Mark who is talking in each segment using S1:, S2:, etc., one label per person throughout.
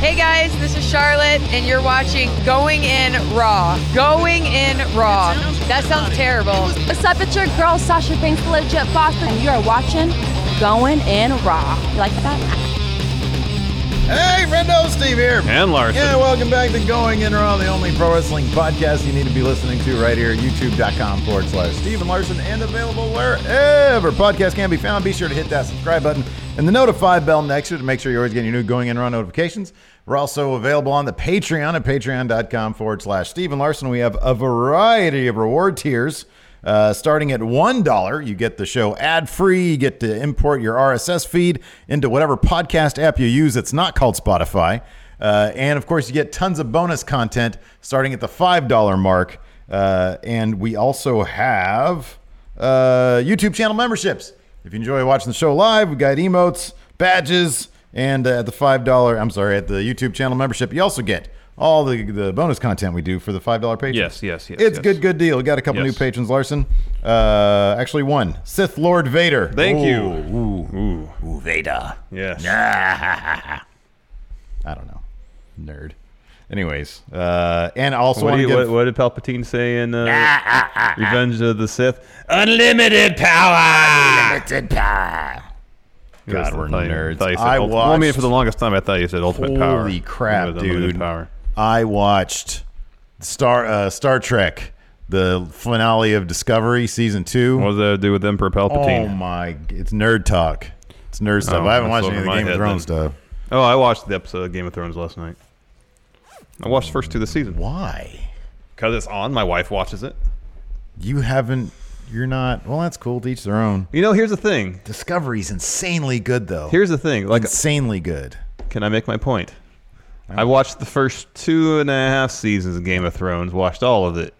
S1: Hey guys, this is Charlotte, and you're watching Going In Raw. Going In Raw. That sounds terrible.
S2: What's up? It's your girl Sasha Banks, the legit boss, and you are watching Going In Raw. You like that?
S3: Hey, Rendo, Steve here.
S4: And Larson.
S3: Yeah, welcome back to Going In Raw, the only pro wrestling podcast you need to be listening to right here, youtube.com forward slash Steven Larson, and available wherever podcasts can be found. Be sure to hit that subscribe button and the notify bell next to it to make sure you're always getting your new Going In Raw notifications. We're also available on the Patreon at patreon.com forward slash Steven Larson. We have a variety of reward tiers. Uh, starting at $1, you get the show ad free. You get to import your RSS feed into whatever podcast app you use that's not called Spotify. Uh, and of course, you get tons of bonus content starting at the $5 mark. Uh, and we also have uh, YouTube channel memberships. If you enjoy watching the show live, we got emotes, badges, and uh, at the $5, I'm sorry, at the YouTube channel membership, you also get all the, the bonus content we do for the $5 patrons.
S4: Yes, yes, yes,
S3: It's
S4: yes.
S3: good, good deal. We got a couple
S4: Yes.
S3: new patrons, Larson. Uh, actually, one Sith Lord Vader.
S4: Thank
S3: Ooh.
S4: you.
S3: Ooh.
S4: Ooh,
S3: Ooh, Vader.
S4: yes.
S3: I don't know. Nerd. Anyways, uh, and also
S4: What,
S3: want to
S4: do you,
S3: give,
S4: what, what did Palpatine say in
S3: Ah,
S4: uh, Revenge of the Sith? Unlimited power. Unlimited power.
S3: God, we're nerds. I
S4: I, ultimate, well, I mean,
S3: watched-
S4: for the longest time, I thought you said ultimate
S3: Holy
S4: power. It
S3: crap,
S4: was unlimited
S3: dude!
S4: Power.
S3: I watched Star uh, Star Trek, the finale of Discovery season two.
S4: What does that have to do with Emperor
S3: oh
S4: Palpatine?
S3: my! It's nerd talk. It's nerd stuff.
S4: Oh,
S3: I haven't
S4: that's
S3: watched any of the
S4: over my
S3: Game of
S4: head
S3: Thrones
S4: then.
S3: stuff.
S4: Oh, I watched the episode of Game of Thrones last night. I watched the first two of the season
S3: Why?
S4: because it's on. My wife watches it.
S3: You haven't. You're not. Well, that's cool. To each their own.
S4: You know, here's the thing.
S3: Discovery's insanely good, though.
S4: Here's the thing. Like,
S3: insanely good.
S4: Can I make my point? I watched the first two and a half seasons of Game of Thrones, watched all of it,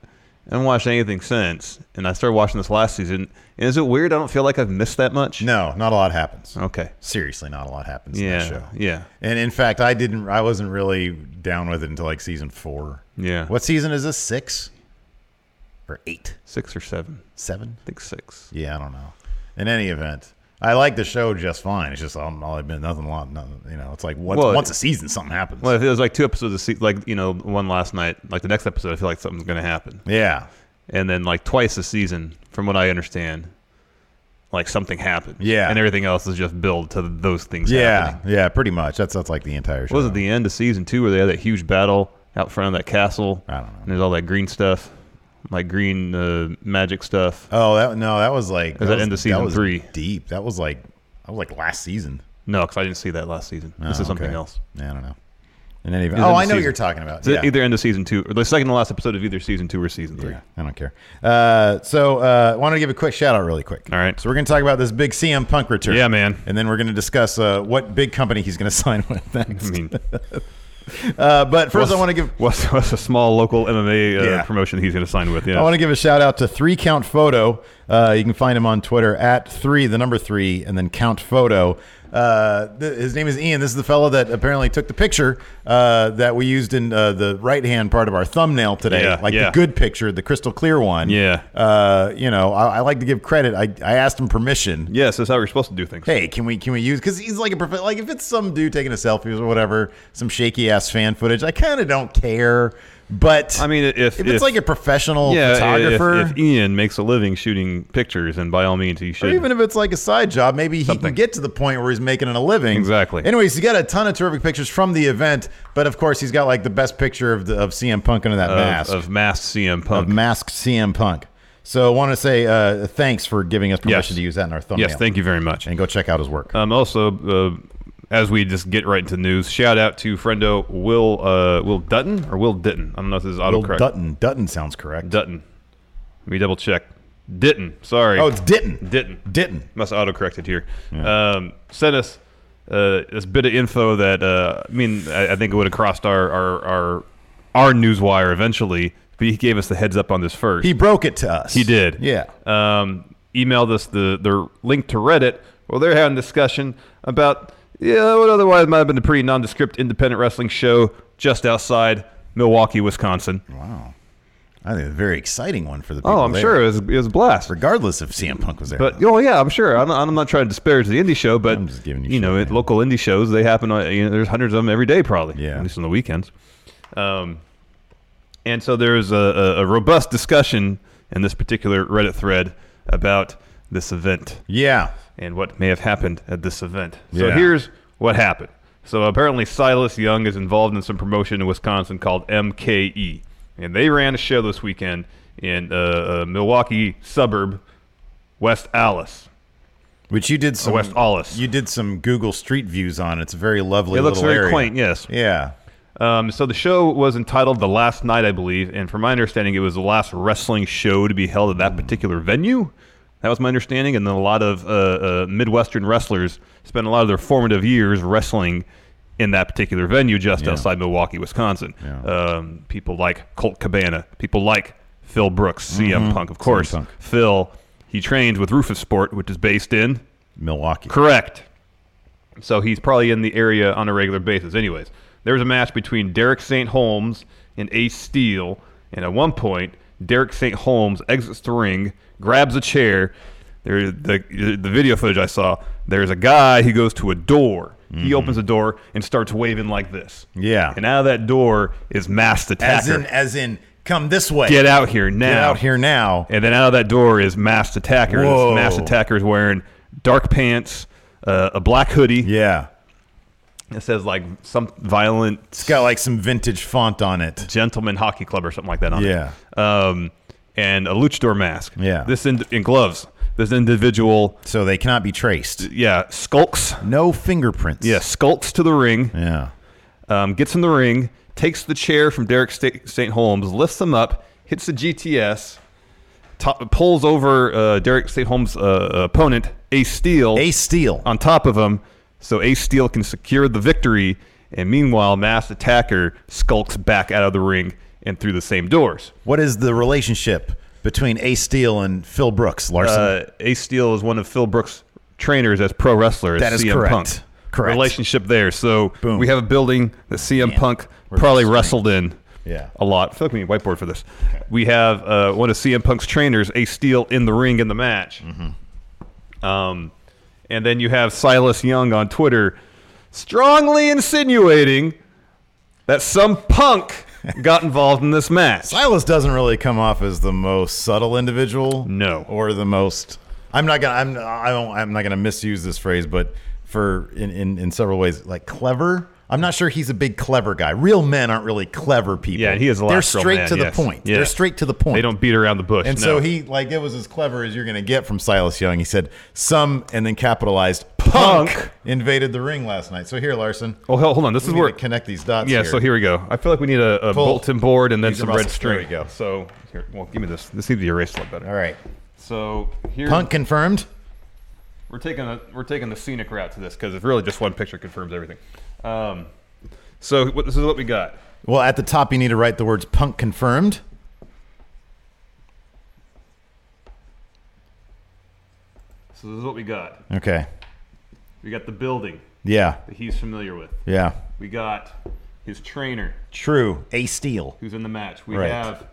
S4: and haven't watched anything since. And I started watching this last season. And is it weird? I don't feel like I've missed that much.
S3: No, not a lot happens.
S4: Okay.
S3: Seriously, not a lot happens in that show.
S4: Yeah. Yeah.
S3: And in fact, I didn't. I wasn't really down with it until like season four.
S4: Yeah.
S3: What season is this? Six or eight?
S4: Six or seven?
S3: Seven?
S4: I think six.
S3: Yeah, I don't know. In any event, I like the show just fine. It's just um, all I've been nothing a lot. Nothing, you know, it's like once,
S4: Well,
S3: once a season something happens.
S4: Well, if it was like two episodes of se- like you know one last night, like the next episode, I feel like something's gonna happen.
S3: yeah,
S4: And then like twice a season, from what I understand, like something happened.
S3: Yeah.
S4: And everything else is just build to those things.
S3: yeah,
S4: happening.
S3: yeah. Pretty much. That's that's like the entire show.
S4: What was it the end of season two where they had that huge battle out front of that castle?
S3: I don't know.
S4: And there's all that green stuff, like green uh, magic stuff.
S3: Oh, that no, that was like
S4: Was that
S3: was-
S4: end of season
S3: was
S4: three?
S3: Deep. That was like that was like last season.
S4: No, because I didn't see that last season. this
S3: Oh,
S4: is something
S3: okay.
S4: else.
S3: Yeah, I don't know. In any event,
S4: It
S3: oh,
S4: was end
S3: I
S4: of
S3: know what
S4: season.
S3: you're talking about.
S4: It's e-
S3: Yeah.
S4: Either end of season two or the second to last episode of either season two or season three.
S3: Yeah, I don't care. Uh, so, uh, want to give a quick shout out really quick.
S4: All right.
S3: So, we're going to talk about this big CM Punk return.
S4: Yeah, man.
S3: And then we're going to discuss uh, what big company he's going to sign with next.
S4: I mean,
S3: Uh, but first, I want to give
S4: what's, what's a small local MMA uh,
S3: Yeah.
S4: promotion he's going to sign with? Yeah.
S3: I want to give a shout out to Three Count Photo. Uh, you can find him on Twitter at three, the number three, and then count photo. Uh, th- his name is Ian. This is the fellow that apparently took the picture uh, that we used in uh, the right hand part of our thumbnail today,
S4: Yeah,
S3: like
S4: yeah.
S3: the good picture, the crystal clear one.
S4: Yeah.
S3: Uh, you know, I, I like to give credit. I, I asked him permission
S4: Yes, that's how we're supposed to do things.
S3: hey, can we can we use? Because he's like a prof- like if it's some dude taking a selfie or whatever, some shaky ass fan footage. I kind of don't care, but
S4: I mean, if-
S3: if it's
S4: if-
S3: like a professional
S4: yeah, if-
S3: photographer.
S4: If, Ian makes a living shooting pictures, and by all means, he
S3: or
S4: should.
S3: even if it's like a side job, maybe he
S4: Something.
S3: can get to the point where he's making it a living.
S4: Exactly.
S3: Anyways, he got a ton of terrific pictures from the event, but of course, he's got like the best picture of the, of CM Punk under that
S4: of,
S3: mask
S4: of masked CM
S3: of
S4: Punk.
S3: masked CM Punk. So I want to say uh, thanks for giving us permission
S4: Yes.
S3: to use that in our thumbnail.
S4: yes, thank you very much.
S3: And go check out his work.
S4: Um, also, uh, as we just get right into news, shout out to friendo Will uh, Will Dutton or Will Ditton. I don't know if this is
S3: Will
S4: autocorrect.
S3: Dutton. Dutton sounds correct.
S4: Dutton. Let me double check. Ditton. Sorry.
S3: Oh, it's Ditton.
S4: Ditton.
S3: Ditton.
S4: Must have autocorrected here. Um, sent us uh, this bit of info that uh, I mean I, I think it would have crossed our our our, our news wire eventually, but he gave us the heads up on this first.
S3: He broke it to us.
S4: He did.
S3: Yeah.
S4: Um, emailed us the their link to Reddit. Well, they're having a discussion about yeah, what otherwise might have been a pretty nondescript independent wrestling show just outside Milwaukee, Wisconsin.
S3: Wow. I think a very exciting one for the people.
S4: Oh, I'm
S3: there,
S4: sure it was, it was a blast.
S3: Regardless if CM Punk was there.
S4: But oh yeah, I'm sure. I'm, I'm not trying to disparage the indie show, but
S3: I'm just giving you
S4: you know,
S3: shit,
S4: at
S3: man.
S4: local indie shows they happen. On, you know, there's hundreds of them every day, probably.
S3: Yeah.
S4: at least on the weekends. Um, and so there's a, a, a robust discussion in this particular Reddit thread about this event.
S3: yeah.
S4: and what may have happened at this event. So
S3: Yeah.
S4: here's what happened. So apparently Silas Young is involved in some promotion in Wisconsin called MKE, and they ran a show this weekend in uh, a Milwaukee suburb, West Alice.
S3: Which you did some
S4: Oh, West Allis.
S3: You did some Google Street Views on. It's a very lovely.
S4: It looks
S3: little
S4: very
S3: area.
S4: quaint, yes.
S3: Yeah.
S4: Um, so the show was entitled The Last Night, I believe, and from my understanding, it was the last wrestling show to be held at that particular venue. That was my understanding, and then a lot of uh, uh, Midwestern wrestlers spent a lot of their formative years wrestling in that particular venue just outside Milwaukee, Wisconsin.
S3: Yeah.
S4: Um, people like Colt Cabana, people like Phil Brooks, CM Punk, of course.
S3: Mm-hmm. Punk.
S4: Phil, he trained with Rufus Sport, which is based in
S3: Milwaukee.
S4: Correct. So he's probably in the area on a regular basis. Anyways, there was a match between Derek St. Holmes and Ace Steel, and at one point, Derek St. Holmes exits the ring, grabs a chair. There, the the video footage I saw. There's a guy who goes to a door. He opens a door and starts waving like this.
S3: Mm-hmm. Yeah.
S4: And out of that door is
S3: As
S4: Masked Attacker.
S3: in, as in, come this way.
S4: Get out here now.
S3: Get out here now.
S4: And then out of that door is Masked Attacker. and this
S3: Whoa.
S4: Masked Attacker is wearing dark pants, uh, a black hoodie.
S3: Yeah.
S4: It says like some violent
S3: It's got like some vintage font on it.
S4: gentleman hockey club or something like that on
S3: Yeah.
S4: it. Um, and a luchador mask.
S3: Yeah.
S4: This in, in gloves. This individual,
S3: So they cannot be traced.
S4: yeah, skulks.
S3: No fingerprints.
S4: Yeah, skulks to the ring.
S3: Yeah.
S4: Um, gets in the ring, takes the chair from Derek Sta- St. Holmes, lifts him up, hits the GTS, top, pulls over uh, Derek St. Holmes' uh, opponent, Ace Steel.
S3: Ace Steel.
S4: on top of him so Ace Steel can secure the victory. And meanwhile, Mass Attacker skulks back out of the ring and through the same doors.
S3: What is the relationship between Ace Steel and Phil Brooks, Larson?
S4: Uh, Ace Steel is one of Phil Brooks' trainers as pro wrestler. As
S3: That is
S4: CM
S3: correct.
S4: Punk.
S3: Correct.
S4: Relationship there. So
S3: Boom.
S4: we have a building that CM Punk
S3: We're
S4: probably
S3: listening.
S4: wrestled in
S3: Yeah.
S4: a lot. I feel like we need a whiteboard for this. We have uh, one of CM Punk's trainers, Ace Steel, in the ring in the match.
S3: Mm-hmm.
S4: Um, and then you have Silas Young on Twitter strongly insinuating that some punk got involved in this match.
S3: Silas doesn't really come off as the most subtle individual.
S4: No.
S3: or the most. I'm not gonna. I'm. I don't. I'm not gonna misuse this phrase, but for in in, in several ways, like clever. I'm not sure he's a big clever guy. Real men aren't really clever people.
S4: Yeah, he is a
S3: They're
S4: last real
S3: straight
S4: man,
S3: to the
S4: yes.
S3: point.
S4: Yeah.
S3: They're straight to the point.
S4: They don't beat around the bush.
S3: And
S4: no.
S3: so he like it was as clever as you're gonna get from Silas Young. He said some and then capitalized punk,
S4: Punk.
S3: invaded the ring last night. So here, Larson.
S4: Oh, hell, hold on. This
S3: we
S4: is
S3: need
S4: where.
S3: to connect these dots.
S4: Yeah,
S3: here.
S4: so here we go. I feel like we need a, a
S3: Pull.
S4: bulletin board and then
S3: Use the
S4: some red
S3: Russell. There
S4: string.
S3: we go.
S4: So, here, well, give me this. This needs to be erased a lot better.
S3: All right.
S4: So, here.
S3: Punk confirmed.
S4: We're taking a, we're taking the scenic route to this because it's really just one picture confirms everything. Um, so what, this is what we got.
S3: Well, at the top, you need to write the words punk confirmed.
S4: So this is what we got.
S3: Okay.
S4: We got the building
S3: Yeah.
S4: that he's familiar with.
S3: Yeah.
S4: We got his trainer
S3: True. A steal.
S4: who's in the match. We
S3: Right.
S4: have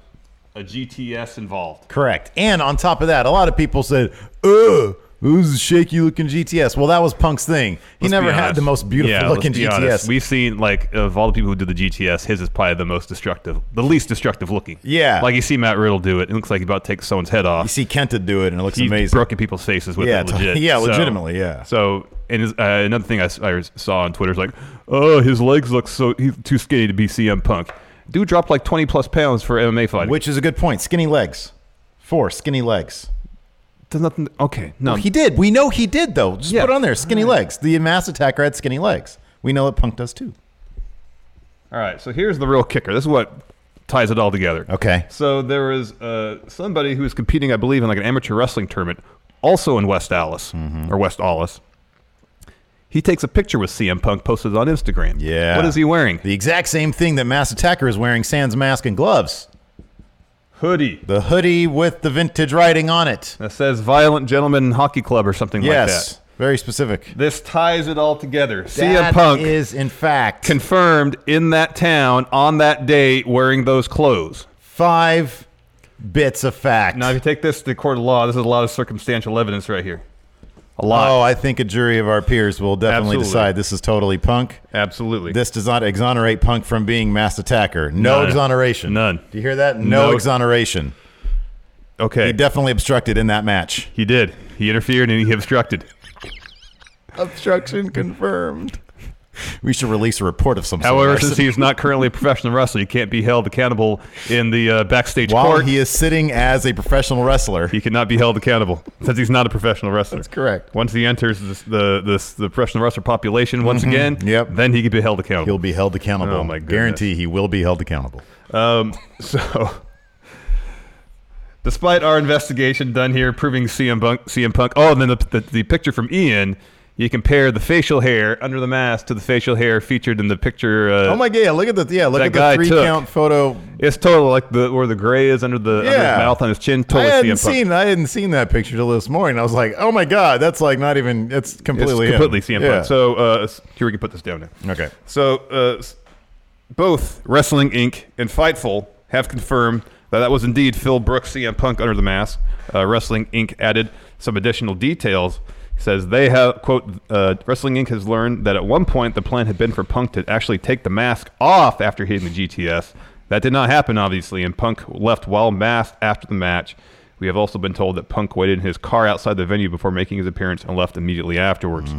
S4: a GTS involved.
S3: Correct. And on top of that, a lot of people said, ugh, who's a shaky looking GTS? Well, that was Punk's thing. He
S4: Let's
S3: never
S4: be
S3: had
S4: honest.
S3: the most beautiful
S4: Yeah,
S3: looking
S4: let's be
S3: GTS.
S4: honest. We've seen like of all the people who did the GTS, his is probably the most destructive, the least destructive looking.
S3: Yeah.
S4: like you see Matt Riddle do it. It looks like he about to take someone's head off.
S3: you see Kenta do it, and it looks
S4: He's
S3: amazing.
S4: broken people's faces with
S3: Yeah,
S4: it.
S3: t-
S4: Legit.
S3: yeah,
S4: So-
S3: legitimately, yeah.
S4: So and his, uh, another thing I, s- I saw on Twitter is like, oh, his legs look so he's too skinny to be CM Punk. Dude dropped like twenty plus pounds for MMA fighting.
S3: Which is a good point. Skinny legs. Four skinny legs.
S4: there's nothing. Okay, no,
S3: He did. We know he did, though. Just
S4: Yeah.
S3: put it on there. Skinny legs. The mass attacker had skinny legs. We know that Punk does too.
S4: All right, so here's the real kicker. This is what ties it all together.
S3: Okay.
S4: So there was uh, somebody who was competing, I believe, in like an amateur wrestling tournament, also in West Allis
S3: Mm-hmm.
S4: or West Allis. He takes a picture with CM Punk, posted it on Instagram.
S3: Yeah.
S4: What is he wearing?
S3: The exact same thing that Mass Attacker is wearing sans mask and gloves.
S4: hoodie
S3: The hoodie with the vintage writing on it.
S4: that says "Violent Gentlemen Hockey Club" or something
S3: yes.
S4: like that.
S3: Very specific.
S4: This ties it all together. CM
S3: That
S4: Punk
S3: is, in fact,
S4: confirmed in that town on that day wearing those clothes.
S3: five bits of fact.
S4: Now, if you take this to the court of law, this is a lot of circumstantial evidence right here. A lot.
S3: oh, I think a jury of our peers will definitely
S4: Absolutely.
S3: decide this is totally punk.
S4: Absolutely.
S3: This does not exonerate Punk from being mass attacker. No
S4: None.
S3: exoneration.
S4: None.
S3: Do you hear that? No,
S4: No.
S3: exoneration.
S4: okay.
S3: He definitely obstructed in that match.
S4: He did. He interfered and he obstructed.
S3: Obstruction confirmed. We should release a report of some sort.
S4: However, since he's not currently a professional wrestler, he can't be held accountable in the uh, backstage
S3: while
S4: court.
S3: he is sitting as a professional wrestler,
S4: he cannot be held accountable since he's not a professional wrestler. That's
S3: correct.
S4: Once he enters this, the this, the professional wrestler population once again,
S3: Mm-hmm. Yep.
S4: then he can be held accountable.
S3: he'll be held accountable.
S4: Oh, my goodness.
S3: Guarantee he will be held accountable.
S4: So, despite our investigation done here proving CM Punk, CM Punk. Oh, and then the, the, the picture from Ian. You compare the facial hair under the mask to the facial hair featured in the picture. Uh,
S3: Oh my god! Look at the yeah. Look
S4: That
S3: at the
S4: guy
S3: three
S4: took-
S3: count photo
S4: It's totally like the where the gray is under the under his mouth on his chin. Totally
S3: I hadn't
S4: CM Punk.
S3: seen I hadn't seen that picture till this morning. I was like, oh my god, that's like not even. It's
S4: It's
S3: completely
S4: completely
S3: him.
S4: CM Punk. So uh, s- here we can put this down now.
S3: okay,
S4: So uh, s- both Wrestling Inc. and Fightful have confirmed that that was indeed Phil Brooks, CM Punk under the mask. Uh, Wrestling Inc. added some additional details. It Says they have quote uh, Wrestling Inc. has learned that at one point the plan had been for Punk to actually take the mask off after hitting the GTS. That did not happen, obviously, and Punk left while masked after the match. We have also been told that Punk waited in his car outside the venue before making his appearance and left immediately afterwards.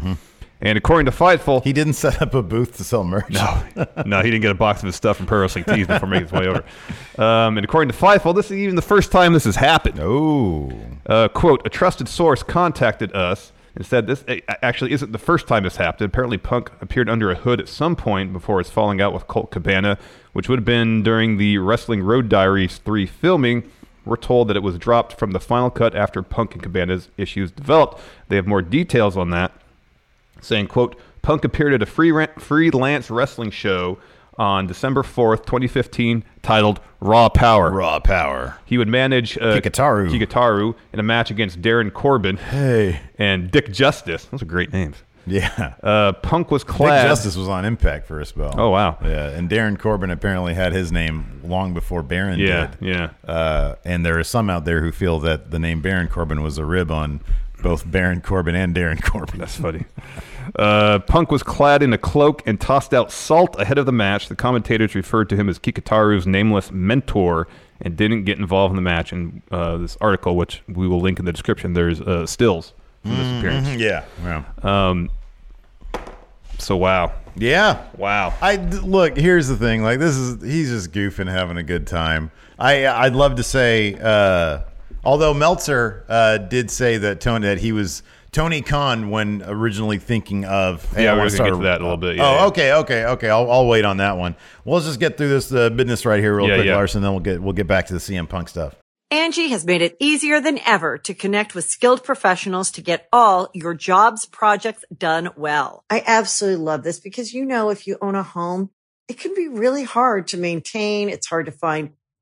S4: And according to Fightful,
S3: he didn't set up a booth to sell merch. No,
S4: no, he didn't get a box of his stuff from Pro Wrestling Tees before making his way over. Um, and according to Feifel, this is even the first time this has happened.
S3: oh,
S4: Uh, quote, a trusted source contacted us and said this a- actually isn't the first time this happened. Apparently, Punk appeared under a hood at some point before his falling out with Colt Cabana, which would have been during the Wrestling Road Diaries 3 filming. We're told that it was dropped from the final cut after Punk and Cabana's issues developed. They have more details on that saying, quote, Punk appeared at a free ran- freelance wrestling show on December 4th, 2015, titled Raw Power.
S3: raw power.
S4: He would manage uh,
S3: Hikaru.
S4: Hikaru in a match against Darren Corbin
S3: Hey,
S4: and Dick Justice. Those are great names.
S3: yeah.
S4: Uh, Punk was
S3: Nick
S4: clad.
S3: Justice was on Impact for a spell.
S4: Oh, wow.
S3: Yeah, and Darren Corbin apparently had his name long before Baron
S4: Yeah,
S3: did.
S4: yeah.
S3: Uh, and there are some out there who feel that the name Baron Corbin was a rib on both Baron Corbin and Darren Corbin.
S4: That's funny. Uh, Punk was clad in a cloak and tossed out salt ahead of the match. The commentators referred to him as Kikitaru's nameless mentor and didn't get involved in the match. And uh, this article, which we will link in the description, there's uh, stills from this appearance.
S3: Yeah, yeah.
S4: So wow,
S3: Yeah.
S4: wow.
S3: I d- look. Here's the thing. Like this is he's just goofing, having a good time. I I'd love to say. Uh, although Meltzer uh, did say that Tony that he was Tony Khan when originally thinking of. Hey,
S4: Yeah,
S3: I
S4: we're
S3: wanna
S4: gonna
S3: start
S4: get to that in a little bit, yeah,
S3: oh,
S4: yeah.
S3: okay, okay, okay. I'll, I'll wait on that one. Well, let's just get through this uh, business right here, real
S4: Yeah,
S3: quick,
S4: yeah.
S3: Larson. Then we'll get we'll get back to the CM Punk stuff.
S5: Angie has made it easier than ever to connect with skilled professionals to get all your jobs projects done well. I absolutely love this because, you know, if you own a home, it can be really hard to maintain. It's hard to find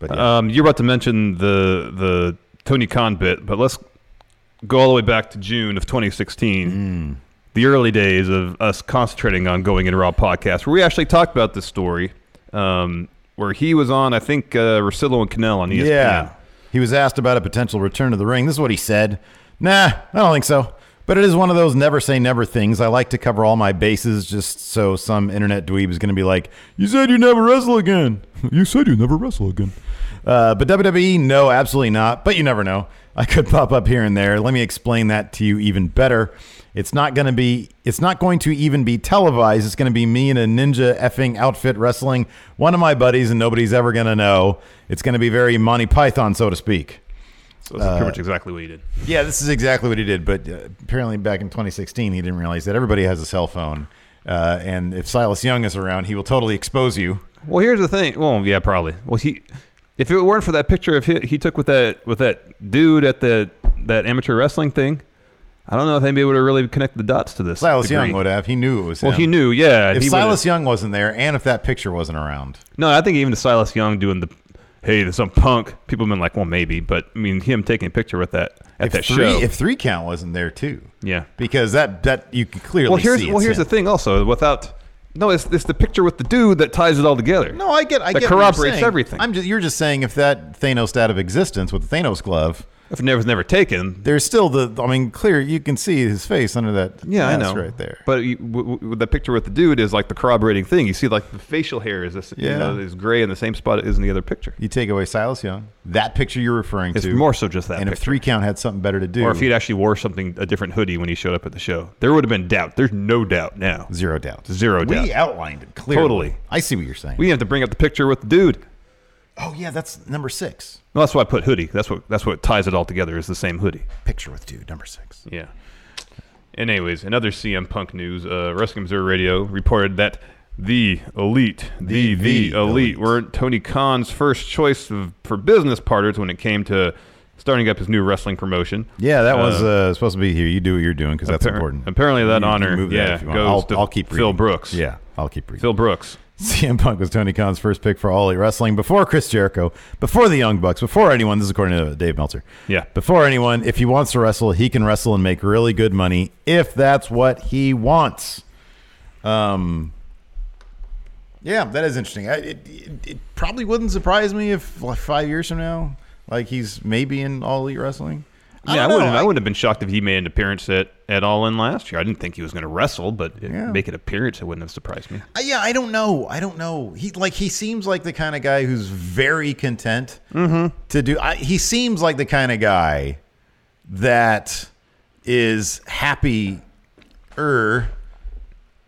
S3: But yeah.
S4: Um, you're about to mention the the Tony Khan bit, but let's go all the way back to June of 2016,
S3: Hmm.
S4: the early days of us concentrating on going in raw podcast, where we actually talked about this story, um, where he was on, I think, uh, Rosillo and Cannell on ESPN.
S3: Yeah. He was asked about a potential return to the ring. This is what he said. Nah, I don't think so. But it is one of those never say never things. I like to cover all my bases just so some internet dweeb is going to be like, You said you never wrestle again. You said you never wrestle again. Uh, but WWE, no, absolutely not. But you never know. I could pop up here and there. Let me explain that to you even better. It's not going to be. It's not going to even be televised. It's going to be me in a ninja effing outfit wrestling one of my buddies, and nobody's ever going to know. It's going to be very Monty Python, so to speak.
S4: So that's
S3: Uh,
S4: pretty much exactly what he did.
S3: Yeah, this is exactly what he did. But uh, apparently, back in 2016, he didn't realize that everybody has a cell phone, uh, and if Silas Young is around, he will totally expose you.
S4: Well, here's the thing. Well, yeah, probably. Well, he, if it weren't for that picture of he, he took with that with that dude at the that amateur wrestling thing, I don't know if anybody would have really connected the dots to this.
S3: Silas
S4: degree.
S3: Young would have. He knew it was.
S4: Well,
S3: him.
S4: he knew. Yeah,
S3: If
S4: he would've-
S3: Silas Young wasn't there, and if that picture wasn't around,
S4: No, I think even to Silas Young doing the hey, there's some punk. People have been like, well, maybe, but I mean, him taking a picture with that at
S3: if
S4: that
S3: three,
S4: show.
S3: if three count wasn't there too,
S4: yeah.
S3: because that that you can clearly
S4: Well, here's
S3: see
S4: well,
S3: it's
S4: here's
S3: him.
S4: the thing. Also, without no, it's it's the picture with the dude that ties it all together.
S3: No, I get. I
S4: that
S3: get what you're
S4: corroborates
S3: saying.
S4: everything.
S3: I'm just. You're just saying if that Thanos out of existence with the Thanos glove,
S4: if it never- was never taken,
S3: there's still the. I mean, clear. You can see his face under that.
S4: Yeah, I
S3: mask
S4: know.
S3: Right there.
S4: But you, w- w- the picture with the dude is like the corroborating thing. You see, like the facial hair is this,
S3: Yeah.
S4: you know, is gray in the same spot it is in the other picture.
S3: you take away Silas Young, that picture you're referring
S4: It's
S3: to.
S4: more so just that
S3: And if
S4: picture.
S3: three count had something better to do,
S4: Or if he'd actually wore something a different hoodie when he showed up at the show, there would have been doubt. There's no doubt now.
S3: zero doubt.
S4: Zero
S3: we
S4: doubt.
S3: outlined it clearly.
S4: Totally.
S3: I see what you're saying.
S4: We have to bring up the picture with the dude.
S3: oh yeah, that's number six.
S4: Well, that's why I put hoodie. That's what that's what ties it all together is the same hoodie.
S3: Picture with dude number six.
S4: Yeah. And anyways, another CM Punk news. Uh, Wrestling Observer Radio reported that the elite, the the,
S3: the
S4: elite,
S3: elite.
S4: were Tony Khan's first choice of, for business partners when it came to starting up his new wrestling promotion.
S3: Yeah, that was uh, supposed to be here. You do what you're doing because that's
S4: Appar-
S3: important.
S4: apparently that honor,
S3: move that
S4: yeah,
S3: if you want.
S4: goes
S3: I'll,
S4: to
S3: I'll keep
S4: Phil
S3: reading.
S4: Brooks.
S3: Yeah, I'll keep reading.
S4: Phil Brooks.
S3: CM Punk was Tony Khan's first pick for All Elite Wrestling before Chris Jericho, before the Young Bucks, before anyone. This is according to uh, Dave Meltzer.
S4: Yeah.
S3: Before anyone, if he wants to wrestle, he can wrestle and make really good money if that's what he wants. Um. Yeah, that is interesting. I, it, it, it probably wouldn't surprise me if like, five years from now, like he's maybe in All Elite Wrestling.
S4: yeah, I
S3: don't know.
S4: wouldn't. I, wouldn't have been shocked if he made an appearance at, at All In last year. I didn't think he was going to wrestle, but it,
S3: Yeah.
S4: make an appearance, it wouldn't have surprised me.
S3: Uh, yeah, I don't know. I don't know. He like he seems like the kind of guy who's very content to do. I, he seems like the kind of guy that is happy. Er,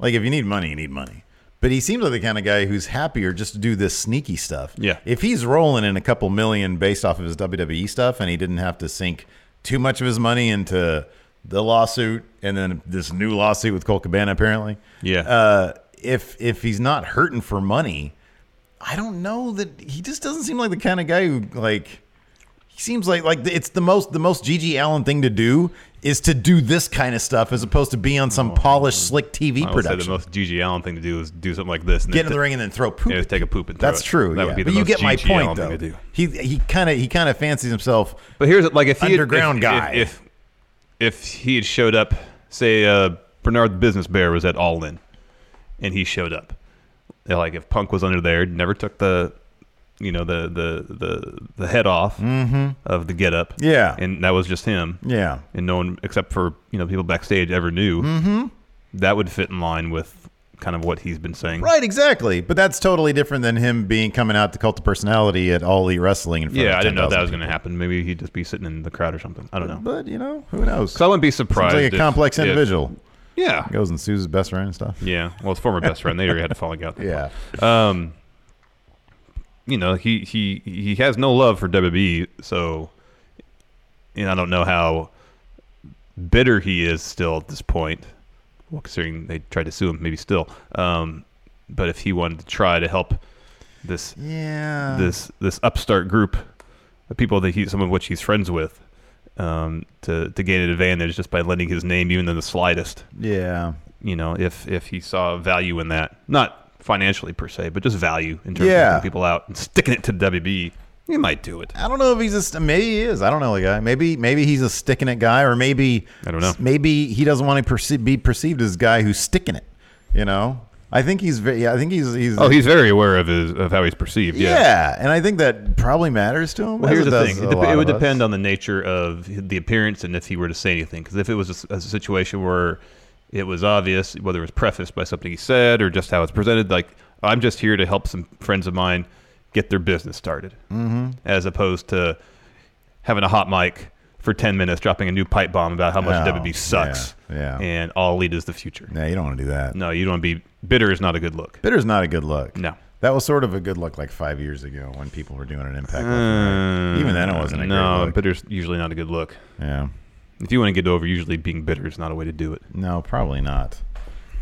S3: like if you need money, you need money. But he seems like the kind of guy who's happier just to do this sneaky stuff.
S4: Yeah.
S3: If he's rolling in a couple million based off of his WWE stuff, and he didn't have to sink too much of his money into the lawsuit and then this new lawsuit with Cole Cabana, apparently
S4: Yeah.
S3: uh, if if he's not hurting for money, I don't know that he just doesn't seem like the kind of guy who like he seems like like it's the most the most Gigi Allen thing to do is to do this kind of stuff as opposed to be on some polished slick TV
S4: I Oh, would say the
S3: production.
S4: most Gigi Allen thing to do is do something like this. and
S3: Get
S4: then
S3: in the
S4: t-
S3: ring and then throw poop.
S4: Yeah, just take a poop and throw
S3: That's
S4: it.
S3: true.
S4: That
S3: yeah.
S4: would be the
S3: but you
S4: most
S3: get my
S4: Gigi
S3: point
S4: Allen thing
S3: though.
S4: to do.
S3: He he kind of he kind of fancies himself.
S4: But here's like if he had- if-
S3: Underground
S4: if,
S3: guy.
S4: If, if he had showed up, say uh, Bernard the Business Bear was at All In, and he showed up. They're Like if Punk was under there, never took the you know the the the, the head off of the get up.
S3: Mm-hmm. Yeah.
S4: and that was just him.
S3: Yeah.
S4: and no one except for you know people backstage ever knew. Mm-hmm. That would fit in line with kind of what he's been saying.
S3: Right, exactly. But that's totally different than him being coming out to cult of personality at all elite wrestling in front
S4: Yeah,
S3: of
S4: I didn't know that
S3: 10,000
S4: was going to happen. Maybe he'd just be sitting in the crowd or something. I don't know.
S3: But you know, who knows?
S4: So I wouldn't be
S3: Seems
S4: surprised.
S3: like a
S4: if-
S3: complex
S4: if-
S3: individual.
S4: yeah.
S3: Goes and sues his best friend and stuff.
S4: Yeah. Well, his former best friend. They already had a falling out.
S3: Yeah.
S4: Um, you know, he he he has no love for WWE, so you know, I don't know how bitter he is still at this point. Well, considering they tried to sue him, maybe still. Um, but if he wanted to try to help this
S3: Yeah.
S4: this this upstart group of people that he some of which he's friends with um, to to gain an advantage just by lending his name, even in the slightest.
S3: Yeah.
S4: You know, if if he saw value in that, not financially per se, but just value in terms
S3: Yeah.
S4: of helping people out and sticking it to WB, E, he might do it.
S3: I don't know if he's a st- maybe he is. I don't know the guy. Maybe maybe he's a sticking it guy, or maybe
S4: I don't know.
S3: Maybe he doesn't want to perce- be perceived as a guy who's sticking it. You know, I think he's very. I think he's he's.
S4: Oh, he's very aware of his of how he's perceived.
S3: yeah.
S4: Yeah.
S3: and I think that probably matters to him.
S4: Well, here's the thing. It, dep-
S3: depends.
S4: it would depend on the nature of the appearance and if he were to say anything. Because if it was a s- a, situation where it was obvious, whether it was prefaced by something he said or just how it's presented, like I'm just here to help some friends of mine get their business started, mm-hmm. as opposed to having a hot mic for 10 minutes, dropping a new pipe bomb about how much
S3: Oh,
S4: WB sucks,
S3: yeah, yeah.
S4: and all lead is the future.
S3: Yeah, you don't want to do that.
S4: No, you don't want to be bitter. Is not a good look.
S3: Bitter's not a good look.
S4: No.
S3: That was sort of a good look like five years ago when people were doing an impact. Left
S4: Uh.
S3: and right. Even then, it wasn't a
S4: no,
S3: good look.
S4: bitter's usually not a good look.
S3: yeah.
S4: If you want to get over, usually being bitter is not a way to do it.
S3: No, probably not.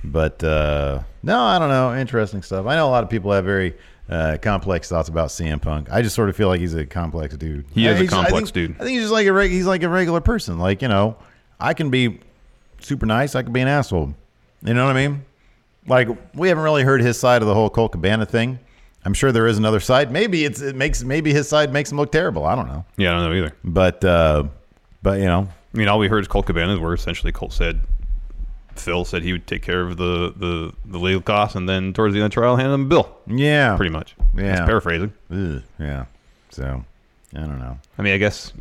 S3: But uh, no, I don't know. Interesting stuff. I know a lot of people have very uh, complex thoughts about CM Punk. I just sort of feel like he's a complex dude.
S4: He is a
S3: He's- I
S4: complex
S3: think-
S4: dude.
S3: I think he's just like a reg- he's like a regular person. Like you know, I can be super nice. I can be an asshole. You know what I mean? Like we haven't really heard his side of the whole Colt Cabana thing. I'm sure there is another side. Maybe it's it makes maybe his side makes him look terrible. I don't know.
S4: Yeah, I don't know either.
S3: But uh, but you know,
S4: I mean, all we heard is Colt Cabana's where essentially Colt said, Phil said he would take care of the, the, the legal costs, and then towards the end of the trial, hand him a bill,
S3: yeah,
S4: pretty much.
S3: Yeah.
S4: That's paraphrasing.
S3: Ugh, yeah. So I don't know.
S4: I mean, I guess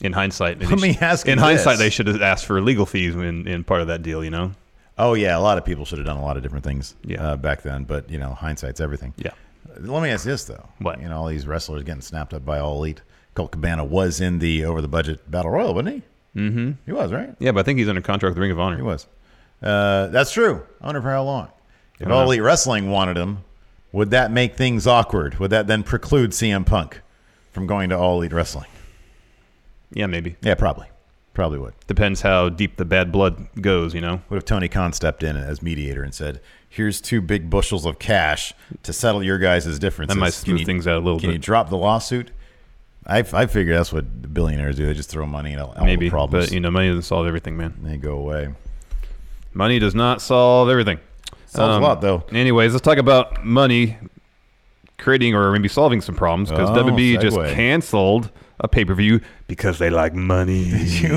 S4: in hindsight, maybe
S3: Let
S4: they
S3: me
S4: sh-
S3: ask you
S4: in hindsight,
S3: this.
S4: they should have asked for legal fees in, in part of that deal, you know?
S3: Oh yeah, a lot of people should have done a lot of different things
S4: Yeah.
S3: uh, back then, but you know, hindsight's everything.
S4: Yeah.
S3: Let me ask this though.
S4: What?
S3: You know, all these wrestlers getting snapped up by all elite. Colt Cabana was in the over the budget battle royal, wasn't he? Mm-hmm. He was, right?
S4: Yeah, but I think he's under contract with the Ring of Honor.
S3: He was. Uh, that's true. I wonder for how long. If
S4: don't know.
S3: all elite wrestling wanted him, would that make things awkward? Would that then preclude CM Punk from going to all elite wrestling?
S4: Yeah, maybe.
S3: Yeah, probably. Probably would.
S4: Depends how deep the bad blood goes, you know?
S3: What if Tony Khan stepped in as mediator and said, "Here's two big bushels of cash to settle your guys' differences"?
S4: That might
S3: Can
S4: smooth
S3: you-
S4: things out a little
S3: Can
S4: bit.
S3: you drop the lawsuit? I, I figure that's what billionaires do. They just throw money at all all
S4: maybe.
S3: the problems.
S4: But, you know, money doesn't solve everything, man.
S3: and they go away.
S4: Money does not solve everything.
S3: Solves
S4: um,
S3: a lot, though.
S4: Anyways, let's talk about money creating or maybe solving some problems because
S3: Oh,
S4: WB just
S3: segue.
S4: canceled a pay per view because they like money. Did you?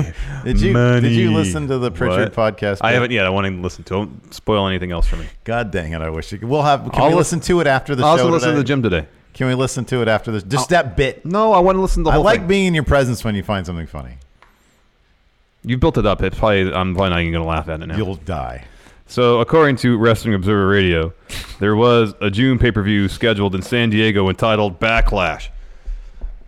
S3: did you- did you listen to the Pritchard podcast
S4: I
S3: bit?
S4: haven't yet. I want to listen to. it. Don't spoil anything else for me.
S3: God dang it! I wish you could. we'll have. Can
S4: I'll
S3: we
S4: listen-
S3: listen to it after the
S4: I
S3: show?
S4: also listened
S3: today?
S4: to the gym today.
S3: Can we listen to it after this? Just that bit.
S4: No, I want to listen to the
S3: I
S4: whole
S3: like
S4: thing.
S3: being in your presence when you find something funny.
S4: you built it up. It's probably I'm probably not even going to laugh at it now.
S3: You'll die.
S4: So, according to Wrestling Observer Radio, there was a June pay per view scheduled in San Diego entitled Backlash.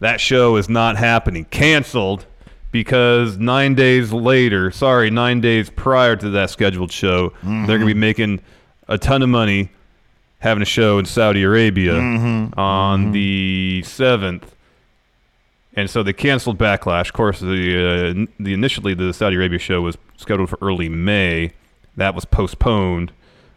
S4: That show is not happening. Canceled because nine days later, sorry, nine days prior to that scheduled show, they're going to be making a ton of money having a show in Saudi Arabia on the 7th. And so they canceled Backlash. Of course, the, uh, n- the initially the Saudi Arabia show was scheduled for early May. That was postponed,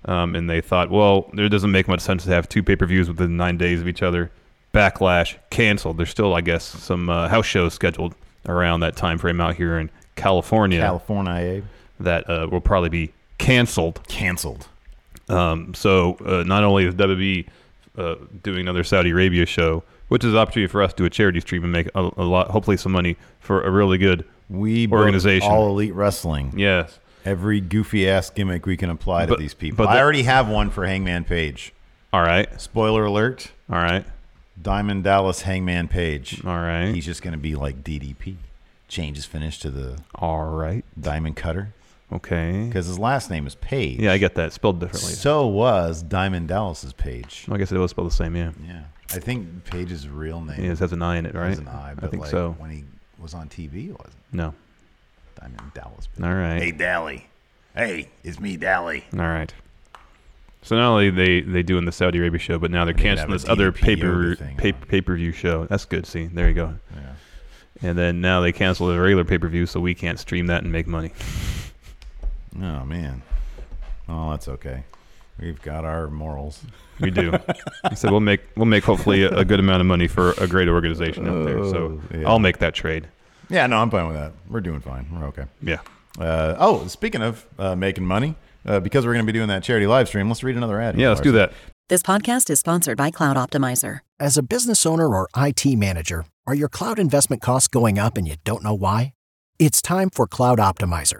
S4: um, and they thought, well, it doesn't make much sense to have two pay per views within nine days of each other. Backlash canceled. There's still, I guess, some uh, house shows scheduled around that time frame out here in California
S3: California
S4: that uh, will probably be canceled.
S3: canceled.
S4: Um, so uh, not only is WWE uh, doing another Saudi Arabia show, which is an opportunity for us to do a charity stream and make a, a lot, hopefully some money for a really good
S3: We booked
S4: organization.
S3: all elite wrestling.
S4: yes.
S3: Every goofy ass gimmick we can apply
S4: But-
S3: to these people.
S4: but
S3: I
S4: the-
S3: already have one for Hangman Page.
S4: All right.
S3: Spoiler alert:
S4: All right.
S3: Diamond Dallas Hangman Page.
S4: All right.
S3: He's just going to be like DDP. Change his finish to the
S4: All right.
S3: Diamond Cutter
S4: Okay.
S3: because his last name is Page.
S4: Yeah, I get that. Spelled differently.
S3: So was Diamond Dallas's Page.
S4: I guess it was spelled the same. Yeah.
S3: Yeah. I think Page's real name
S4: It just has an I in it, right?
S3: was an I, but
S4: think
S3: like
S4: so.
S3: when he was on TV, it wasn't
S4: No.
S3: Diamond Dallas Page.
S4: All right.
S3: Hey, Dally. Hey, it's me, Dally.
S4: All right. So not only they they doing the Saudi Arabia show, but now they're
S3: They can
S4: canceling
S3: have a
S4: this other
S3: DDP
S4: pay
S3: yoga
S4: per
S3: thing
S4: pay
S3: on.
S4: pay per view show. That's good. See, there you go.
S3: Yeah.
S4: And then now they cancel the regular pay per view, so we can't stream that and make money.
S3: Oh, man. Oh, that's okay. We've got our morals.
S4: We do. so we'll make we'll make hopefully a, a good amount of money for a great organization out there. So
S3: Oh, yeah.
S4: I'll make that trade.
S3: Yeah, no, I'm fine with that. We're doing fine. We're okay.
S4: Yeah.
S3: Uh, oh, speaking of uh, making money, uh, because we're going to be doing that charity live stream, let's read another ad.
S4: Yeah. Let's do that.
S6: This podcast is sponsored by Cloud Optimizer.
S7: As a business owner or IT manager, are your cloud investment costs going up and you don't know why? It's time for Cloud Optimizer.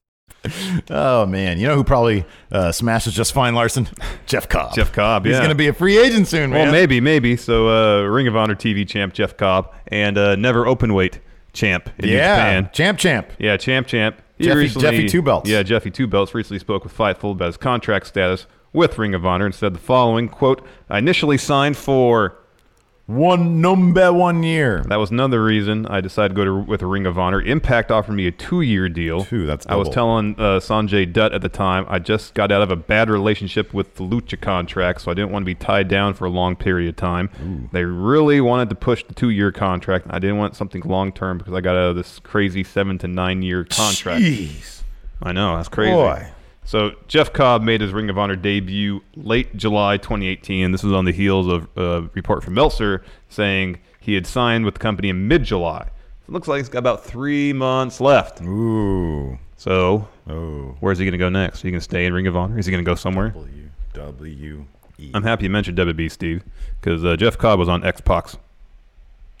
S3: Oh, man. You know who probably uh, smashes just fine, Larson? Jeff Cobb.
S4: Jeff Cobb,
S3: He's
S4: yeah.
S3: going to be a free agent soon,
S4: Well,
S3: man.
S4: maybe, maybe. So uh, Ring of Honor TV champ Jeff Cobb and uh, never open weight champ in New
S3: Yeah.
S4: Japan.
S3: Champ, champ.
S4: Yeah, champ, champ. He
S3: Jeffy- Jeffy Two Belts.
S4: Yeah, Jeffy Two Belts recently spoke with Fightful about his contract status with Ring of Honor and said the following quote: "I initially signed for.
S3: One number one year.
S4: That was another reason I decided to go to, with Ring of Honor. Impact offered me a two-year deal.
S3: Phew, that's
S4: I was
S3: double.
S4: telling uh, Sanjay Dutt at the time I just got out of a bad relationship with the Lucha contract, so I didn't want to be tied down for a long period of time. They really wanted to push the two-year contract. I didn't want something long-term because I got out of this crazy seven to nine-year contract.
S3: Jeez.
S4: I know that's crazy.
S3: Boy.
S4: So Jeff Cobb made his Ring of Honor debut late July 2018. This was on the heels of a report from Meltzer saying he had signed with the company in mid-July. So it looks like he's got about three months left.
S3: Ooh.
S4: So
S3: Oh.
S4: where's he going to go next? Are you going to stay in Ring of Honor? Is he going to go somewhere?
S3: W. W. E.
S4: I'm happy you mentioned WWE, Steve, because uh, Jeff Cobb was on Xbox.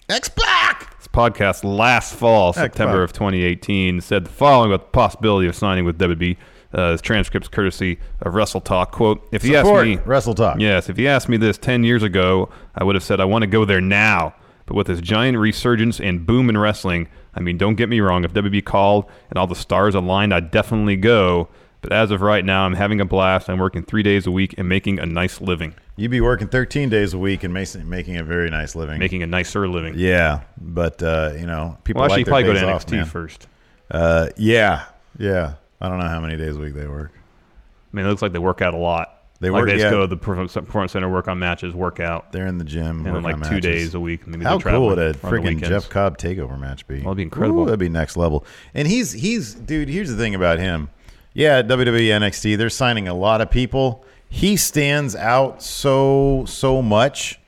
S3: X Pac!
S4: This podcast last fall,
S3: Heck,
S4: September
S3: fuck.
S4: of 2018, said the following about the possibility of signing with WWE. Uh, his transcripts courtesy of Wrestle Talk. Quote, if you asked
S3: Support
S4: me...
S3: Wrestle Talk.
S4: Yes, if you asked me this 10 years ago, I would have said I want to go there now. But with this giant resurgence and boom in wrestling, I mean, don't get me wrong, if WWE called and all the stars aligned, I'd definitely go. But as of right now, I'm having a blast. I'm working three days a week and making a nice living.
S3: You'd be working 13 days a week and mas- making a very nice living.
S4: Making a nicer living.
S3: yeah, but uh, you know, people
S4: Well, actually,
S3: like
S4: you
S3: their
S4: probably go to
S3: days
S4: NXT
S3: off, man.
S4: first.
S3: Uh, yeah, yeah. I don't know how many days a week they work.
S4: I mean, it looks like they work out a lot.
S3: They
S4: like
S3: work-
S4: They just
S3: yeah.
S4: go to the performance performance center, work on matches, work out,
S3: They're in the gym
S4: and then
S3: working
S4: like
S3: on
S4: two
S3: matches.
S4: days a week. Maybe
S3: How
S4: they
S3: cool
S4: travel
S3: would a
S4: on the
S3: freaking
S4: weekends.
S3: Jeff Cobb takeover match be?
S4: That'd be incredible.
S3: Ooh, that'd be next level. And he's he's dude. Here's the thing about him. Yeah, E, WWE NXT. They're signing a lot of people. He stands out so so much,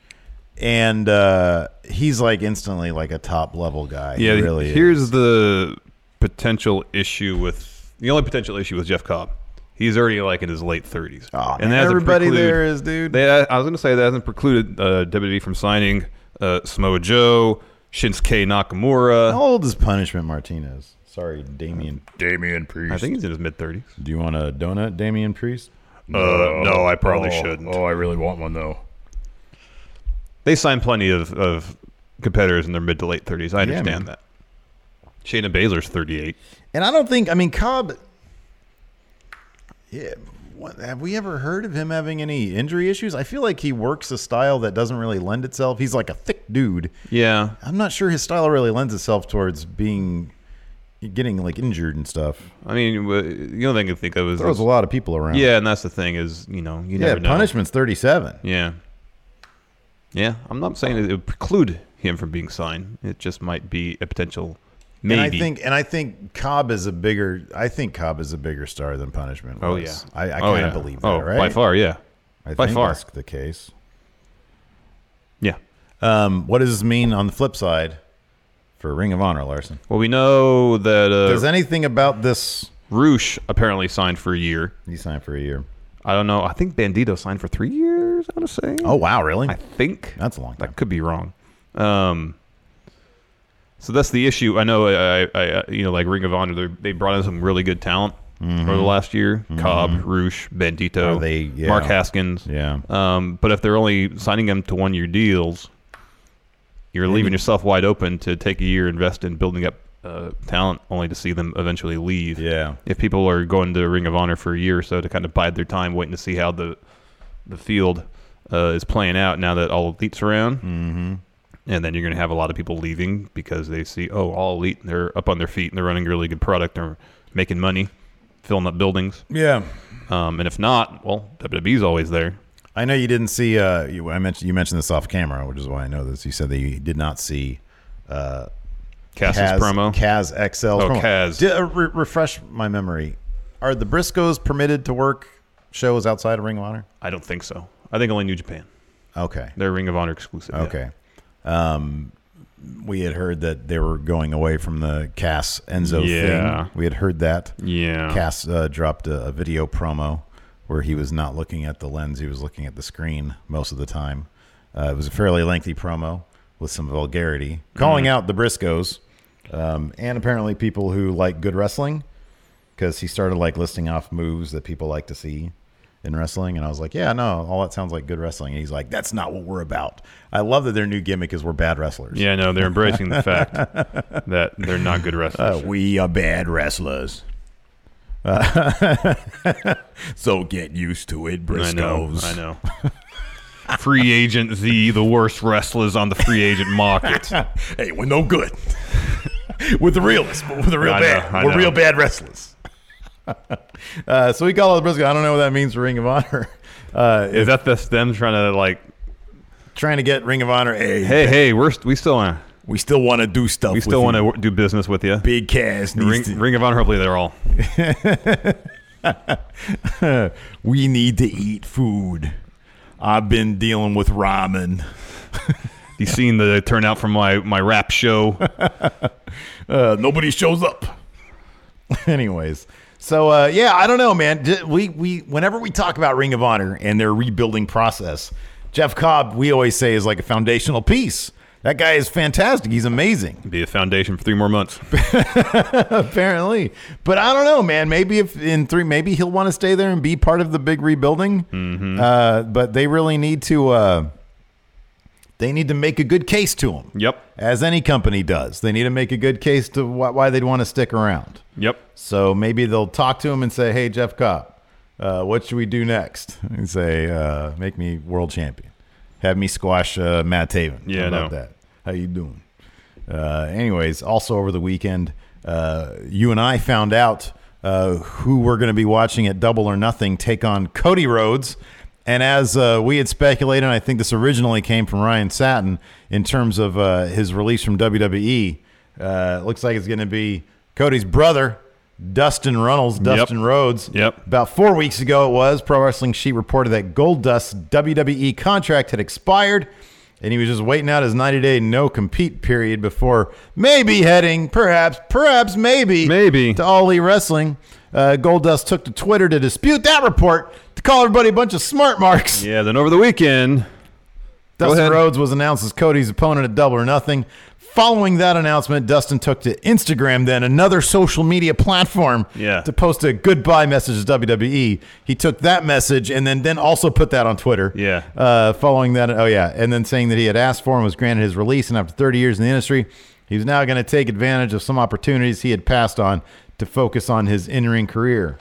S3: and uh, he's like instantly like a top level guy.
S4: Yeah,
S3: he really. is.
S4: here's the potential issue with the only potential issue with Jeff Cobb. He's already like in his late 30s,
S3: Aw,
S4: and
S3: man,
S4: that doesn't
S3: everybody
S4: preclude-
S3: there is, dude.
S4: They, I was going to say that hasn't precluded uh, WWE from signing uh, Samoa Joe, Shinsuke Nakamura.
S3: How old is Punishment Martinez? Sorry, Damian. Damian Priest.
S4: I think he's in his mid 30s.
S3: Do you want a donut, Damian Priest?
S4: Uh, no, I probably shouldn't.
S8: Oh, I really want one though.
S4: Oh. They sign plenty of, of competitors in their mid to late 30s. I
S3: Yeah,
S4: understand
S3: man.
S4: that. Shayna Baszler's 38.
S3: And I don't think. I mean, Cobb. Yeah. What, have we ever heard of him having any injury issues? I feel like he works a style that doesn't really lend itself. He's like a thick dude.
S4: Yeah,
S3: I'm not sure his style really lends itself towards being getting like injured and stuff.
S4: I mean, wh- the only thing I can think of is
S3: Throws a lot of people around.
S4: Yeah, and that's the thing is, you know, you
S3: Yeah,
S4: never know.
S3: punishment's 37.
S4: Yeah, yeah. I'm not saying it would preclude him from being signed. It just might be a potential maybe.
S3: And I think and I think Cobb is a bigger I think Cobb is a bigger star than punishment.
S4: Oh yeah,
S3: was. I, I
S4: Oh,
S3: kind
S4: yeah.
S3: of believe that,
S4: Oh,
S3: right?
S4: by far, yeah,
S3: I
S4: by
S3: think
S4: far.
S3: that's the case.
S4: yeah.
S3: Um, what does this mean on the flip side for Ring of Honor, Larson?
S4: Well, we know that uh,
S3: Does anything about this?
S4: Roosh apparently signed for a year.
S3: He signed for a year.
S4: I don't know. I think Bandito signed for three years. I want to say.
S3: Oh wow, really?
S4: I think
S3: That's a long time.
S4: That could be wrong. Um, so that's the issue. I know. I, I, I you know, like Ring of Honor, they're- they brought in some really good talent over the last year. Cobb, Roosh, Bandito,
S3: Mm-hmm. Are they- yeah.
S4: Mark Haskins.
S3: Yeah.
S4: Um, but if they're only signing them to one-year deals, you're leaving yourself wide open to take a year, invest in building up uh, talent, only to see them eventually leave.
S3: Yeah.
S4: If people are going to Ring of Honor for a year or so to kind of bide their time, waiting to see how the the field uh, is playing out now that all elites around, mm-hmm. and then you're going to have a lot of people leaving because they see, oh, all elite, they're up on their feet and they're running a really good product, they're making money, filling up buildings.
S3: Yeah.
S4: Um, and if not, well, WWE's always there.
S3: I know you didn't see. Uh, you, I mentioned you mentioned this off camera, which is why I know this. You said that you did not see uh,
S4: Cass's
S3: Kaz,
S4: promo.
S3: Kaz XL.
S4: Oh,
S3: promo.
S4: Kaz.
S3: Did- uh, re- refresh my memory. Are the Briscoes permitted to work shows outside of Ring of Honor?
S4: I don't think so. I think only New Japan.
S3: Okay.
S4: They're Ring of Honor exclusive. yeah.
S3: Okay. Um, we had heard that they were going away from the Cass Enzo
S4: Yeah.
S3: thing. We had heard that.
S4: Yeah.
S3: Cass uh, dropped a, a video promo where he was not looking at the lens; he was looking at the screen most of the time. Uh, it was a fairly lengthy promo with some vulgarity, calling
S4: Mm-hmm.
S3: out the Briscoes, um, and apparently people who like good wrestling, because he started like listing off moves that people like to see in wrestling, and I was like, "Yeah, no, all that sounds like good wrestling." And he's like, "That's not what we're about." I love that their new gimmick is we're bad wrestlers.
S4: Yeah, no, they're embracing the fact that they're not good wrestlers.
S3: Uh, we are bad wrestlers. Uh, so get used to it,
S4: I know. I know. free agent Z, the worst wrestlers on the free agent market.
S3: Hey, we're no good. we're the realists, but we're the real
S4: I know,
S3: bad.
S4: I
S3: we're
S4: know.
S3: real bad wrestlers. uh, so we call out the Briscoe. I don't know what that means for Ring of Honor. Uh,
S4: Is that the, them trying to like?
S3: trying to get Ring of Honor. Hey,
S4: Hey, hey, we're st- we still want
S3: we still want to do stuff.
S4: we still want to do business with you.
S3: big cast.
S4: Ring, Ring of Honor, hopefully they're all.
S3: we need to eat food. I've been dealing with ramen.
S4: You seen the turnout from my my rap show?
S3: uh, nobody shows up. Anyways, so uh, yeah, I don't know, man. D- We we whenever we talk about Ring of Honor and their rebuilding process, Jeff Cobb, we always say is like a foundational piece. That guy is fantastic. He's amazing
S4: Be a foundation for three more months.
S3: apparently. But I don't know, man. Maybe if in three, maybe he'll want to stay there and be part of the big rebuilding. Uh, but they really need to. Uh, they need to make a good case to him.
S4: Yep.
S3: As any company does, they need to make a good case to wh- why they'd want to stick around.
S4: Yep.
S3: So maybe they'll talk to him and say, "Hey, Jeff Cobb, uh, what should we do next?" And say, uh, "Make me world champion. Have me squash uh, Matt Taven.
S4: Yeah,
S3: How
S4: I
S3: about
S4: know.
S3: that. How you doing?" Uh, anyways, also over the weekend, uh, you and I found out uh, who we're going to be watching at Double or Nothing take on Cody Rhodes. And as uh, we had speculated, and I think this originally came from Ryan Satin in terms of uh, his release from WWE, uh, it looks like it's going to be Cody's brother, Dustin Runnels, Dustin Rhodes.
S4: Yep.
S3: About four weeks ago, it was Pro Wrestling Sheet reported that Goldust's WWE E contract had expired, and he was just waiting out his 90 day no compete period before maybe heading, perhaps, perhaps, maybe,
S4: Maybe.
S3: to All Elite Wrestling. Uh, Goldust took to Twitter to dispute that report, to call everybody a bunch of smart marks.
S4: Yeah. Then over the weekend,
S3: Dustin
S4: ahead.
S3: Rhodes was announced as Cody's opponent at Double or Nothing. Following that announcement, Dustin took to Instagram, then another social media platform,
S4: Yeah.
S3: to post a goodbye message to WWE. He took that message and then then also put that on Twitter.
S4: Yeah.
S3: Uh, following that, oh yeah, and then saying that he had asked for and was granted his release, and after 30 years in the industry, he was now going to take advantage of some opportunities he had passed on to focus on his in-ring career.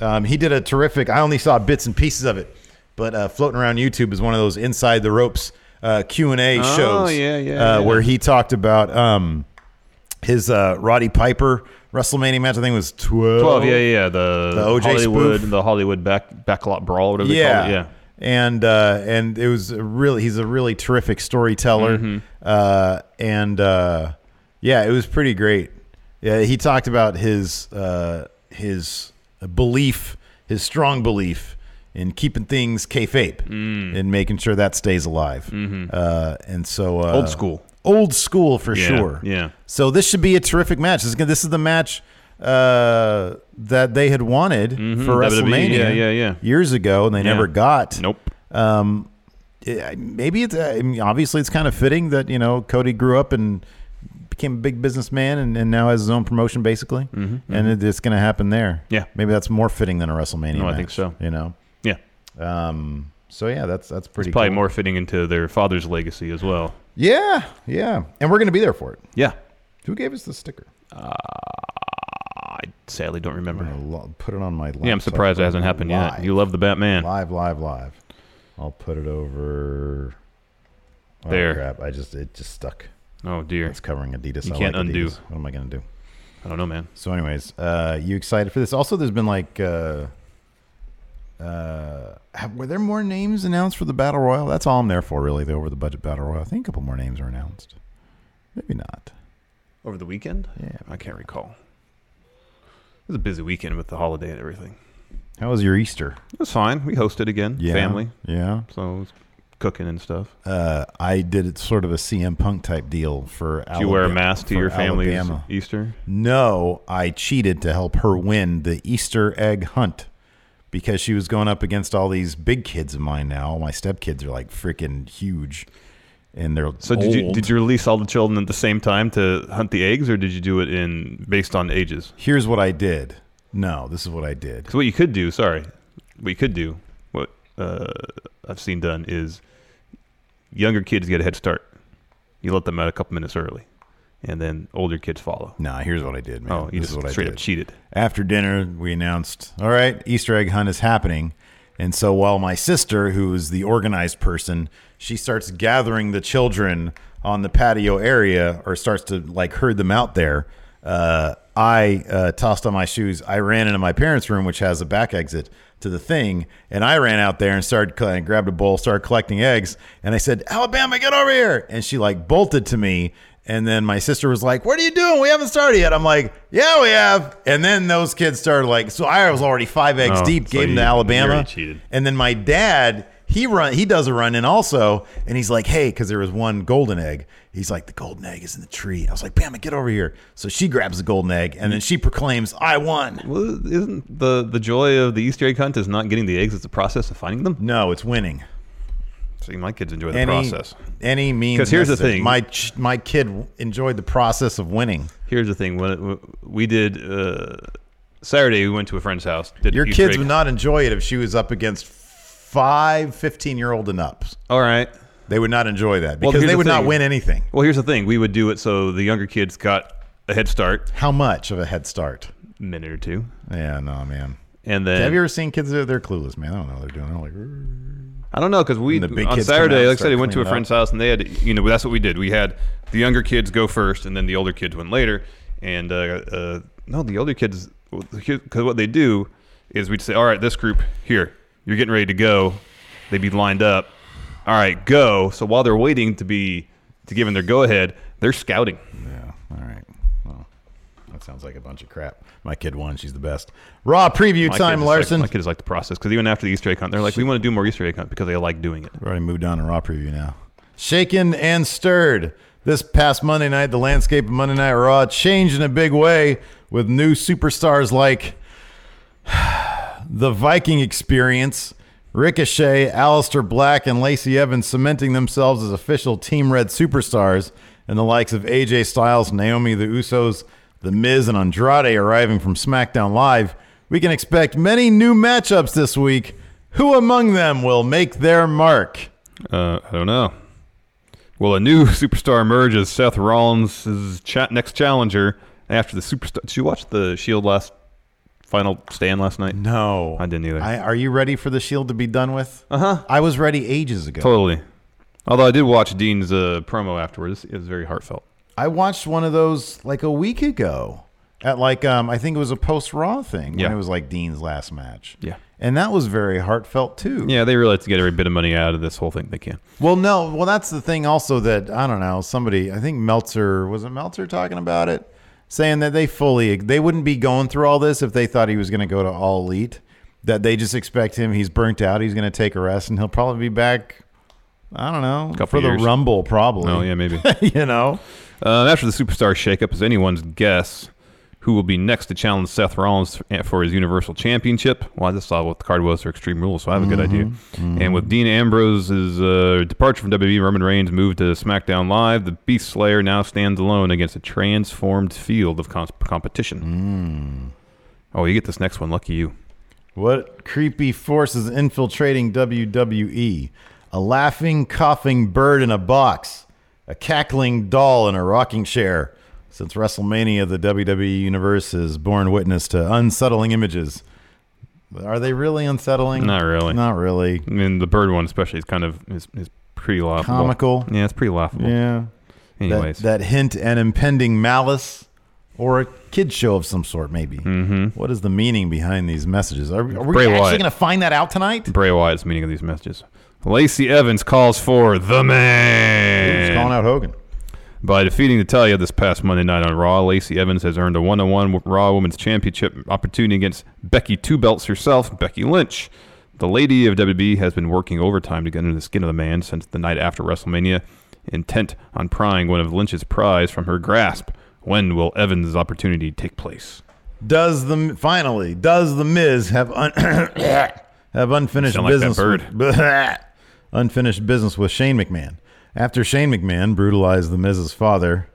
S3: Um, he did a terrific. I only saw bits and pieces of it, but uh, floating around YouTube is one of those inside the ropes uh, Q and A
S4: Oh,
S3: shows.
S4: yeah, yeah,
S3: uh,
S4: yeah.
S3: Where he talked about um, his uh, Roddy Piper WrestleMania match. I think it was 12.
S4: 12, yeah, yeah, the,
S3: The OJ
S4: Hollywood,
S3: spoof.
S4: the Hollywood back backlot brawl, whatever they call it. Yeah.
S3: And uh, and it was a really he's a really terrific storyteller.
S4: Mm-hmm.
S3: Uh, and uh, yeah, it was pretty great. Yeah, he talked about his uh, his belief, his strong belief in keeping things kayfabe
S4: Mm.
S3: and making sure that stays alive. Uh, and so uh,
S4: Mm-hmm. Old school.
S3: old school for
S4: Yeah,
S3: sure.
S4: yeah.
S3: So this should be a terrific match. This is, gonna- this is the match uh, that they had wanted
S4: Mm-hmm.
S3: for
S4: WWE,
S3: WrestleMania.
S4: E, yeah, yeah, yeah.
S3: Years ago, and they
S4: Yeah.
S3: never got.
S4: Nope.
S3: Yeah, Maybe it's I mean, obviously it's kind of fitting that you know Cody grew up and became a big businessman and, and now has his own promotion basically, and it, it's going to happen there.
S4: Mm-hmm, Yeah.
S3: Maybe that's more fitting than a WrestleMania.
S4: No, I
S3: match,
S4: think so.
S3: You know.
S4: Yeah.
S3: Um. So yeah, that's that's pretty.
S4: Probably
S3: cool.
S4: more fitting into their father's legacy as well.
S3: Yeah, yeah, and we're going to be there for it.
S4: Yeah.
S3: Who gave us the sticker?
S4: I sadly don't remember.
S3: I'll lo- put it on my. Laptop.
S4: Yeah, I'm surprised it hasn't happened yet.
S3: Live.
S4: You love the Batman.
S3: live, live, live. I'll put it over. Oh,
S4: There.
S3: crap! I just it just stuck.
S4: Oh dear.
S3: It's covering Adidas.
S4: You
S3: I
S4: can't
S3: like
S4: undo.
S3: Adidas. What am I going to do?
S4: I don't know, man.
S3: So, anyways, uh, you excited for this? Also, there's been like, uh, uh, have, were there more names announced for the battle royal? That's all I'm there for, really. The over the budget battle royal. I think a couple more names are announced. Maybe not.
S4: Over the weekend? Yeah. I can't recall. It was a busy weekend with the holiday and everything.
S3: How was your Easter?
S4: It was fine. We hosted again.
S3: Yeah.
S4: Family.
S3: Yeah.
S4: So it was cooking and stuff.
S3: uh, I did it sort of a CM Punk type deal for.
S4: Do you wear a
S3: Alabama-
S4: mask to
S3: for
S4: your family's
S3: Alabama.
S4: Easter?
S3: No, I cheated to help her win the Easter egg hunt because she was going up against all these big kids of mine. Now my stepkids are like freaking huge, and they're
S4: So did you
S3: old.
S4: did you release all the children at the same time to hunt the eggs, or did you do it in based on ages?
S3: Here's what I did. No, this is what I did.
S4: Because what you could do, sorry, what you could do, what uh, I've seen done is younger kids get a head start. You let them out a couple minutes early, and then older kids follow.
S3: Nah, here's what I did, man.
S4: Oh, you
S3: this
S4: just
S3: is what
S4: straight
S3: I
S4: up
S3: did.
S4: cheated.
S3: After dinner, we announced, all right, Easter egg hunt is happening. And so while my sister, who is the organized person, she starts gathering the children on the patio area or starts to like herd them out there, uh, I uh, tossed on my shoes. I ran into my parents' room, which has a back exit to the thing. And I ran out there and started, cl- and grabbed a bowl, started collecting eggs. And I said, Alabama, get over here. And she like bolted to me. And then my sister was like, What are you doing? We haven't started yet. I'm like, Yeah, we have. And then those kids started like, So I was already five eggs
S4: Oh,
S3: deep,
S4: so
S3: gave them to
S4: you- you
S3: Alabama.
S4: already cheated.
S3: And then my dad, he run, he does a run in also, and he's like, "Hey," because there was one golden egg. He's like, "The golden egg is in the tree." I was like, "Bama, get over here!" So she grabs the golden egg, and then she proclaims, "I won."
S4: Well, isn't the the joy of the Easter egg hunt is not getting the eggs; it's the process of finding them.
S3: No, it's winning.
S4: See, my kids enjoy the
S3: Any
S4: process.
S3: any means.
S4: 'Cause here's the
S3: necessary.
S4: thing.
S3: my ch- my kid enjoyed the process of winning.
S4: Here's the thing: when it, we did uh, Saturday, we went to a friend's house. Did
S3: Your
S4: Easter
S3: kids
S4: egg
S3: would not enjoy it if she was up against five 15 year old and ups.
S4: All right.
S3: They would not enjoy that
S4: Well,
S3: because
S4: here's
S3: they
S4: the
S3: would not
S4: thing.
S3: win anything.
S4: Well, here's the thing: we would do it so the younger kids got a head start,
S3: How much of a head start?
S4: minute or two,
S3: Yeah, no, man.
S4: and then
S3: Have you ever seen kids? They're, they're clueless, man. I don't know what they're doing. They're like, "Rrr."
S4: I don't know because we
S3: And the big
S4: on
S3: kids come out and
S4: Saturday, like I
S3: start
S4: said, we went to a
S3: cleaning up.
S4: friend's house and they had you know that's what we did. We had the younger kids go first, and then the older kids went later. And uh, uh, no, the older kids because what they do is we'd say, all right, this group here, you're getting ready to go. They'd be lined up. All right, go. So while they're waiting to be to give them their go ahead, they're scouting.
S3: yeah, all right. Well, that sounds like a bunch of crap. My kid won. She's the best. Raw preview
S4: My
S3: time,
S4: kids
S3: Larson.
S4: Like, my kids like the process because even after the Easter egg hunt, they're like, we want to do more Easter egg hunt because they like doing it.
S3: We've already moved on to Raw preview now. Shaken and stirred. This past Monday night, the landscape of Monday Night Raw changed in a big way with new superstars like the Viking Experience, Ricochet, Alistair Black, and Lacey Evans cementing themselves as official Team Red superstars, and the likes of AJ Styles, Naomi, the Usos, The Miz, and Andrade arriving from SmackDown Live. We can expect many new matchups this week. Who among them will make their mark?
S4: Uh, I don't know. Will a new superstar emerge as Seth Rollins' cha- next challenger after the superstar? Did you watch the Shield last final stand last night?
S3: No,
S4: I didn't either.
S3: I, are you ready for the Shield to be done with? Uh
S4: Uh-huh.
S3: I was ready ages ago.
S4: Totally. Although I did watch Dean's uh, promo afterwards, it was very heartfelt.
S3: I watched one of those like a week ago, at like um, I think it was a post Raw thing
S4: Yeah.
S3: when it was like Dean's last match.
S4: Yeah.
S3: and that was very heartfelt too.
S4: Yeah, they really have to get every bit of money out of this whole thing they can.
S3: Well, no. Well, that's the thing also that I don't know. Somebody, I think Meltzer was it Meltzer talking about it, saying that they fully they wouldn't be going through all this if they thought he was going to go to All Elite. That they just expect him. He's burnt out. He's going to take a rest, and he'll probably be back. I don't know
S4: Couple
S3: for
S4: years.
S3: the Rumble, probably.
S4: Oh yeah, maybe.
S3: you know.
S4: Uh, after the superstar shakeup, is anyone's guess who will be next to challenge Seth Rollins for his Universal Championship? Well, I just saw what the card was for Extreme Rules, so I have a good idea.
S3: Mm-hmm.
S4: And with Dean Ambrose's uh, departure from WWE, Roman Reigns moved to SmackDown Live. The Beast Slayer now stands alone against a transformed field of cons- competition.
S3: Mm.
S4: Oh, you get this next one. Lucky you.
S3: What creepy force is infiltrating WWE? A laughing, coughing bird in a box, a cackling doll in a rocking chair. Since WrestleMania, the WWE Universe has borne witness to unsettling images. Are they really unsettling?
S4: Not really.
S3: Not really.
S4: I mean, the bird one especially is kind of is, is pretty laughable.
S3: Comical.
S4: Yeah, it's pretty laughable.
S3: Yeah. That-
S4: Anyways.
S3: That, hint and impending malice or a kid show of some sort, maybe. Mm-hmm. is the meaning behind these messages? Are, we- are we
S4: Bray
S3: actually
S4: Wyatt.
S3: going to find that out tonight?
S4: Bray Wyatt's meaning of these messages. Lacey Evans calls for the man.
S3: Who's calling out Hogan?
S4: By defeating Natalya this past Monday night on Raw, Lacey Evans has earned a one-on-one Raw Women's Championship opportunity against Becky Two Belts herself, Becky Lynch. The lady of WWE has been working overtime to get under the skin of the man since the night after WrestleMania, intent on prying one of Lynch's prize from her grasp. When will Evans' opportunity take place?
S3: Does the finally does the Miz have un, have unfinished
S4: Sound like that
S3: business? unfinished business with Shane McMahon. After Shane McMahon brutalized the Miz's father,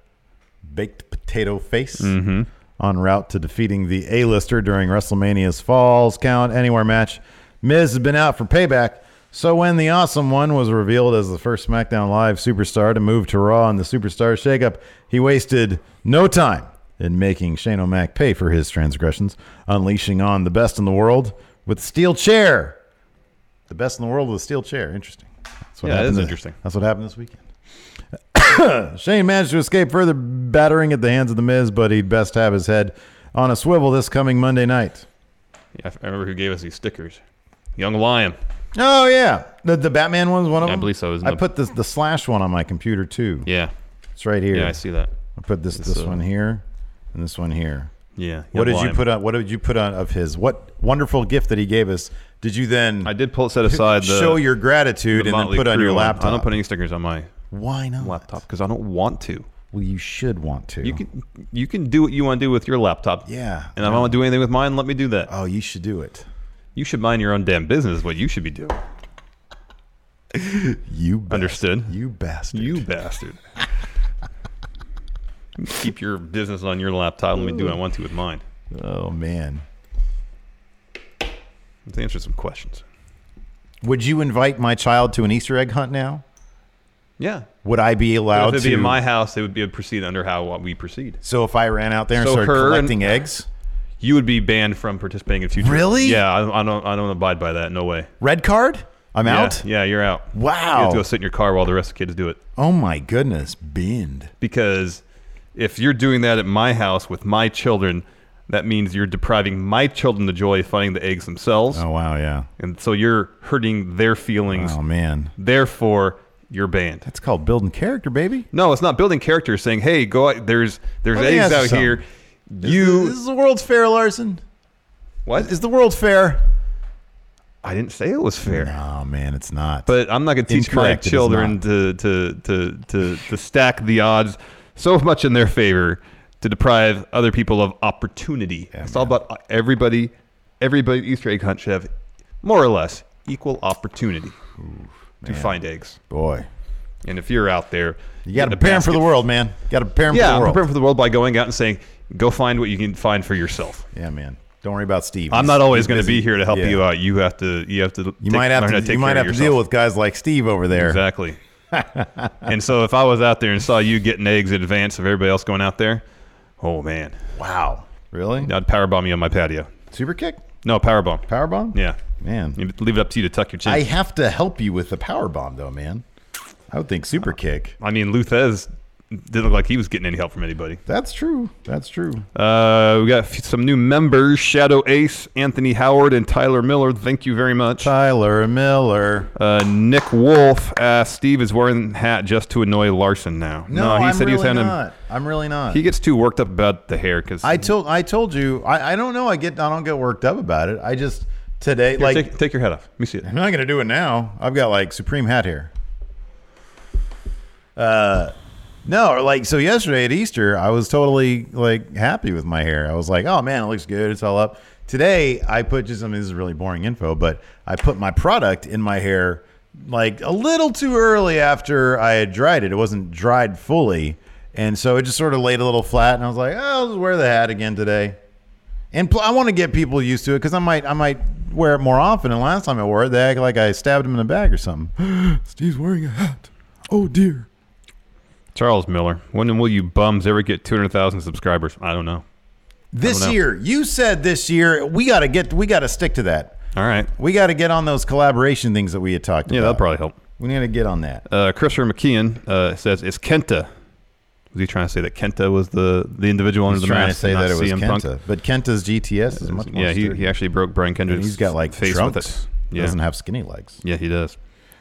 S3: baked potato face,
S4: Mm-hmm.
S3: en route to defeating the A-lister during WrestleMania's Falls Count Anywhere match, Miz has been out for payback. So when the Awesome One was revealed as the first SmackDown Live superstar to move to Raw in the Superstar Shakeup, he wasted no time in making Shane O'Mac pay for his transgressions, unleashing on the best in the world with steel chair. The best in the world with a steel chair. Interesting. That's what
S4: Yeah, that
S3: happened
S4: is
S3: thi-
S4: interesting.
S3: That's what happened this weekend. Shane managed to escape further battering at the hands of the Miz, but he'd best have his head on a swivel this coming Monday night.
S4: Yeah, I remember who gave us these stickers. Young Lion.
S3: Oh yeah, the, the Batman one's one of
S4: Yeah, I
S3: them.
S4: believe so, isn't
S3: I
S4: it?
S3: put this the slash one on my computer too.
S4: Yeah.
S3: It's right here.
S4: Yeah, I see that. uh,
S3: I put this this one here and this one here.
S4: Yeah.
S3: What
S4: Young
S3: did you
S4: Lion.
S3: put on? What did you put on of his? What wonderful gift that he gave us? Did you then?
S4: I did pull set aside the
S3: show your gratitude
S4: the
S3: and then
S4: Motley
S3: put on
S4: Crue
S3: your
S4: one.
S3: laptop.
S4: I don't put any stickers on my
S3: Why not?
S4: laptop because I don't want to.
S3: Well, you should want to.
S4: You can you can do what you want to do with your laptop.
S3: Yeah.
S4: And if I want to do anything with mine, let me do that.
S3: Oh, you should do it.
S4: You should mind your own damn business. Is what you should be doing.
S3: You bastard.
S4: Understood.
S3: You bastard.
S4: You bastard. You Keep your business on your laptop. Let me do what I want to with mine.
S3: Oh man.
S4: Let's answer some questions.
S3: Would you invite my child to an Easter egg hunt now?
S4: Yeah.
S3: Would I be
S4: But
S3: allowed
S4: if it'd
S3: to?
S4: be in my house, it would be a proceed under how we proceed.
S3: so if I ran out there and
S4: So
S3: started
S4: her and-
S3: collecting eggs,
S4: You would be banned from participating in future.
S3: Really?
S4: Yeah. I, I don't. I don't abide by that. No way.
S3: red card, I'm
S4: Yeah,
S3: out.
S4: Yeah, you're out. You
S3: Wow.
S4: have to go sit in your car while the rest of the kids do it.
S3: Oh my goodness, binned.
S4: Because if you're doing that at my house with my children, that means you're depriving my children the joy of finding the eggs themselves.
S3: Oh wow, yeah.
S4: And so you're hurting their feelings.
S3: Oh man,
S4: Therefore, you're banned.
S3: that's called building character, baby.
S4: No, it's not building character saying, hey, go out. There's, there's
S3: Let me
S4: eggs
S3: ask you
S4: out here. You.
S3: This is the World's Fair, Larson.
S4: what?
S3: Is the World Fair?
S4: I didn't say it was fair.
S3: Oh man, it's not.
S4: but I'm not going to teach my
S3: Incorrect, it is
S4: children
S3: not.
S4: to, to, to, to, to stack the odds so much in their favor to deprive other people of opportunity. it's all about everybody. Everybody at Easter egg hunt should have more or less equal opportunity to find eggs.
S3: boy,
S4: And if you're out there,
S3: you got to
S4: in a
S3: prepare 'em for the
S4: basket-
S3: world, man. Got to prepare 'em
S4: Yeah,
S3: for the world.
S4: prepare for the world by going out and saying, "Go find what you can find for yourself."
S3: yeah, man. Don't worry about Steve.
S4: I'm
S3: He's-
S4: not always
S3: he's
S4: going to
S3: busy.
S4: be here to help
S3: Yeah.
S4: you uh, out. You have to. You have to.
S3: You might have to. you might have to deal with guys like Steve over there.
S4: Exactly. and so if I was out there and saw you getting eggs in advance of everybody else going out there, oh man,
S3: Wow. Really?
S4: I'd powerbomb you on my patio.
S3: Super kick?
S4: No powerbomb.
S3: Power bomb?
S4: Yeah,
S3: Man.
S4: You'd leave it up to you to tuck your chin.
S3: I
S4: I,
S3: have to help you with the power bomb though, man. I would think super kick.
S4: mean, Luthez didn't look like he was getting any help from anybody.
S3: That's true. That's true.
S4: Uh, we got f- some new members: Shadow Ace, Anthony Howard, and Tyler Miller. Thank you very much.
S3: Tyler Miller.
S4: Uh, Nick Wolf asked, "Steve is wearing the hat just to annoy Larson now."
S3: No,
S4: he
S3: I'm
S4: said
S3: really
S4: he was having.
S3: not. I'm really not.
S4: He gets too worked up about the hair because
S3: I told I told you I, I don't know. I get I don't get worked up about it. I just today like
S4: take, take your hat off. Let me see it.
S3: I'm not gonna do it now. I've got like supreme hat hair. Uh, no, or like so yesterday at Easter, I was totally like happy with my hair. I was like, oh man, it looks good. It's all up. Today, I put just I mean this is really boring info, but I put my product in my hair like a little too early after I had dried it. It wasn't dried fully, and so it just sort of laid a little flat. And I was like, oh, I'll just wear the hat again today. And pl- I want to get people used to it because I might I might wear it more often. And last time I wore it, they act like I stabbed him in the back or something. Steve's wearing a hat. Oh dear.
S4: Charles Miller, when will you bums ever get 200,000 subscribers? I don't know.
S3: This
S4: know.
S3: year, you said this year we got to get we got to stick to that.
S4: All right.
S3: We got to get on those collaboration things that we had talked
S4: Yeah,
S3: about.
S4: that'll probably help.
S3: We need to get on that.
S4: Uh, Christopher McKeon uh, says, "Is Kenta?" Was he trying to say that Kenta was the the individual under
S3: He's
S4: the
S3: trying to
S4: mask
S3: say
S4: and
S3: that
S4: not
S3: it was
S4: CM
S3: Kenta,
S4: Punk?
S3: but Kenta's GTS is much more.
S4: Yeah, he,
S3: sturdy.
S4: he actually broke Brian
S3: And
S4: Kendrick's
S3: he's got like
S4: face
S3: trunks.
S4: with it. Yeah,
S3: Doesn't have skinny legs.
S4: yeah, he does.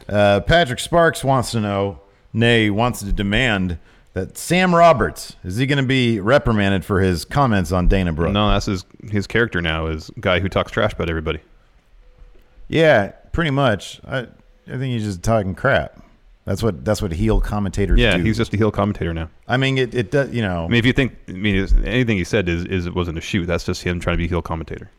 S3: Uh, Patrick Sparks wants to know, nay, wants to demand that Sam Roberts is he going to be reprimanded for his comments on Dana Brooke?
S4: No, that's his his character now is guy who talks trash about everybody.
S3: Yeah, pretty much. I I think he's just talking crap. That's what that's what heel commentators
S4: Yeah,
S3: do.
S4: he's just a heel commentator now.
S3: I mean, it, it does. You know.
S4: I mean, if you think, I mean, it's- anything he said is is it wasn't a shoot. That's just him trying to be a heel commentator.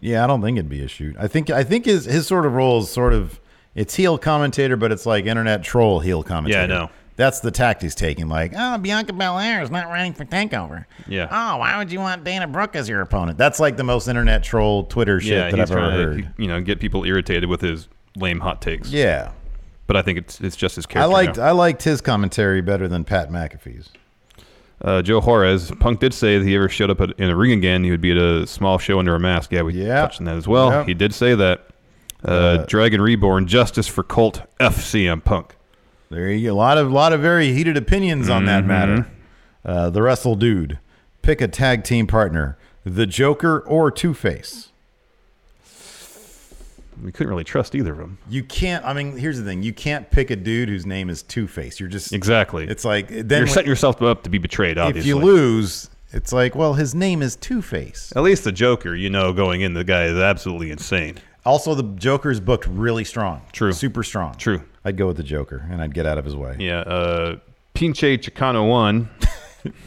S3: Yeah, I don't think it'd be a shoot. I think I think his his sort of role is sort of it's heel commentator, but it's like internet troll heel commentator.
S4: Yeah, I know.
S3: That's the tact he's taking. Like, oh, Bianca Belair is not running for takeover.
S4: Yeah.
S3: Oh, why would you want Dana Brooke as your opponent? That's like the most internet troll Twitter shit
S4: yeah,
S3: that I've
S4: he's
S3: ever
S4: trying to
S3: heard.
S4: you know get people irritated with his lame hot takes.
S3: yeah,
S4: but I think it's it's just his
S3: I
S4: character.
S3: liked
S4: now.
S3: I liked his commentary better than Pat McAfee's.
S4: Uh, Joe Juarez. Punk did say that he ever showed up at, in a ring again, he would be at a small show under a mask. Yeah, we
S3: Yeah.
S4: touched on that as well.
S3: Yeah.
S4: He did say that. Uh, Dragon Reborn, Justice for Colt, FCM Punk.
S3: There you go. A lot of lot of very heated opinions on that
S4: Mm-hmm.
S3: matter. Uh, the Wrestle Dude, pick a tag team partner: the Joker or Two Face.
S4: We couldn't really trust either of them.
S3: You can't. I mean, here's the thing: you can't pick a dude whose name is Two Face. You're just
S4: Exactly.
S3: It's like then
S4: You're
S3: when-
S4: setting yourself up to be betrayed, obviously.
S3: if you lose, it's like, well, his name is Two Face.
S4: At least the Joker, you know, going in, the guy is absolutely insane.
S3: Also, the Joker's booked really strong.
S4: True.
S3: Super strong.
S4: True.
S3: I'd go with the Joker, and I'd get out of his way.
S4: Yeah. Uh, Pinche Chicano 1.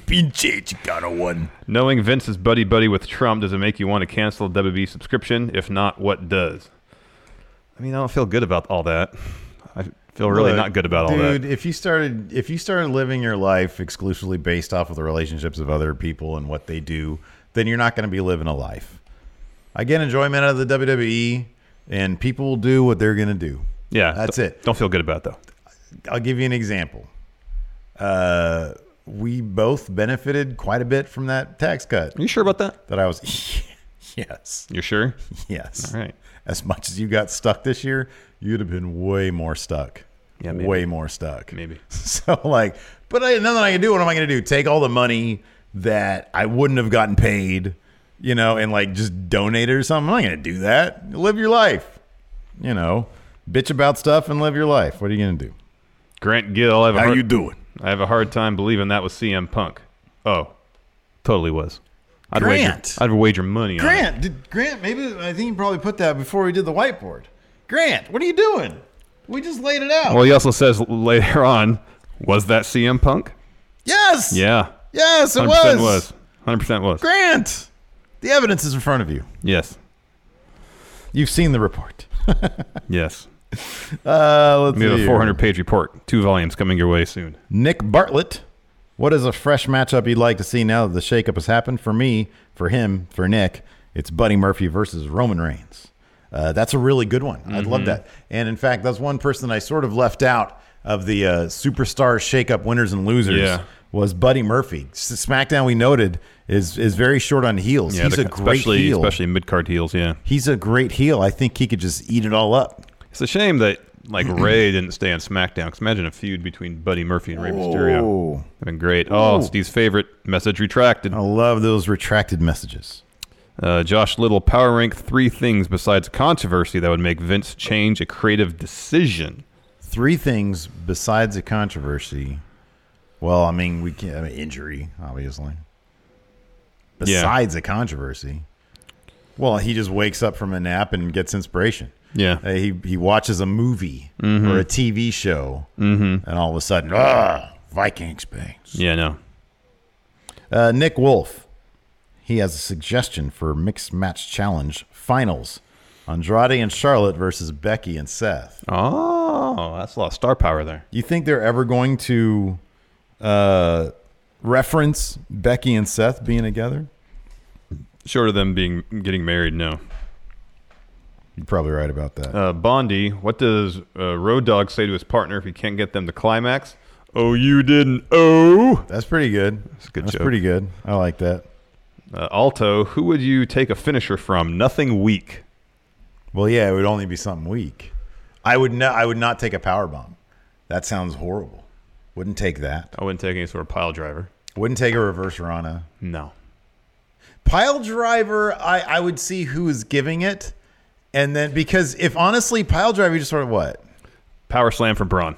S3: Pinche Chicano one.
S4: Knowing Vince is buddy buddy with Trump, does it make you want to cancel WB subscription? If not, what does? I mean, I don't feel good about all that. I feel really
S3: Look,
S4: not good about all
S3: dude,
S4: that.
S3: if you started if you started living your life exclusively based off of the relationships of other people and what they do, then you're not going to be living a life. I get enjoyment out of the WWE, and people will do what they're going to do.
S4: Yeah,
S3: that's
S4: don't-
S3: it.
S4: Don't feel good about it, though.
S3: I'll give you an example. Uh, we both benefited quite a bit from that tax cut
S4: Are you sure about that?
S3: that I was. yes,
S4: You're sure?
S3: yes.
S4: All right.
S3: As much as you got stuck this year, you'd have been way more stuck.
S4: Yeah, maybe.
S3: way more stuck.
S4: Maybe.
S3: So like, but I, nothing I can do. What am I going to do? Take all the money that I wouldn't have gotten paid, you know, and like just donate it or something. I'm not going to do that. Live your life, you know. Bitch about stuff and live your life. What are you going to do?
S4: Grant Gill, I have, a hard,
S3: doing?
S4: I have a hard time believing that was CM Punk. Oh, totally was. I'd
S3: Grant.
S4: Wager, I'd wager money on it.
S3: Grant, did Grant? Maybe I think you probably put that before we did the whiteboard. Grant, what are you doing? We just laid it out.
S4: Well, he also says later on, was that CM Punk?
S3: yes.
S4: Yeah.
S3: Yes, it
S4: 100%
S3: was.
S4: was. 100% was.
S3: Grant, the evidence is in front of you.
S4: Yes.
S3: You've seen the report.
S4: Yes.
S3: Uh, let's
S4: We have
S3: see
S4: a
S3: here.
S4: 400 page report. Two volumes coming your way soon.
S3: Nick Bartlett. What is a fresh matchup you'd like to see now that the shakeup has happened? For me, for him, for Nick, it's Buddy Murphy versus Roman Reigns. Uh, that's a really good one. I'd
S4: Mm-hmm.
S3: love that. And in fact, that's one person I sort of left out of the uh, superstar shakeup winners and losers
S4: Yeah.
S3: was Buddy Murphy. S- SmackDown, we noted, is is very short on heels. He's
S4: the-
S3: a great
S4: especially,
S3: heel.
S4: Especially mid card heels, yeah.
S3: He's a great heel. I think he could just eat it all up.
S4: It's a shame that like Ray didn't stay on SmackDown. Cause imagine a feud between Buddy Murphy and Ray Mysterio.
S3: Whoa.
S4: That'd been great. Oh,
S3: Ooh.
S4: Steve's favorite message retracted.
S3: I love those retracted messages.
S4: Uh, Josh Little, power rank three things besides controversy that would make Vince change a creative decision.
S3: Three things besides a controversy. Well, I mean, we can I mean, injury, obviously.
S4: Yeah.
S3: Besides a controversy. Well, he just wakes up from a nap and gets inspiration.
S4: Yeah.
S3: Uh, he he watches a movie or a TV show, and all of a sudden, ah, Vikings Bay.
S4: Yeah, no.
S3: Uh, Nick Wolf, he has a suggestion for mixed match challenge finals: Andrade and Charlotte versus Becky and Seth.
S4: Oh, that's a lot of star power there.
S3: You think they're ever going to uh, reference Becky and Seth being together?
S4: Short of them being getting married, no.
S3: You're probably right about that.
S4: Uh, Bondi, what does uh, Road Dog say to his partner if he can't get them to climax? Oh, you didn't. Oh.
S3: That's pretty good. That's
S4: a good
S3: That's
S4: joke.
S3: pretty good. I like that.
S4: Uh, Alto, who would you take a finisher from? Nothing weak.
S3: Well, yeah, it would only be something weak. I would not. I would not take a power bomb. That sounds horrible. Wouldn't take that.
S4: I wouldn't take any sort of pile driver.
S3: Wouldn't take a reverse Rana.
S4: No.
S3: Pile driver. I I would see who is giving it, and then because if honestly, pile driver, you just sort of what?
S4: Power slam from Braun.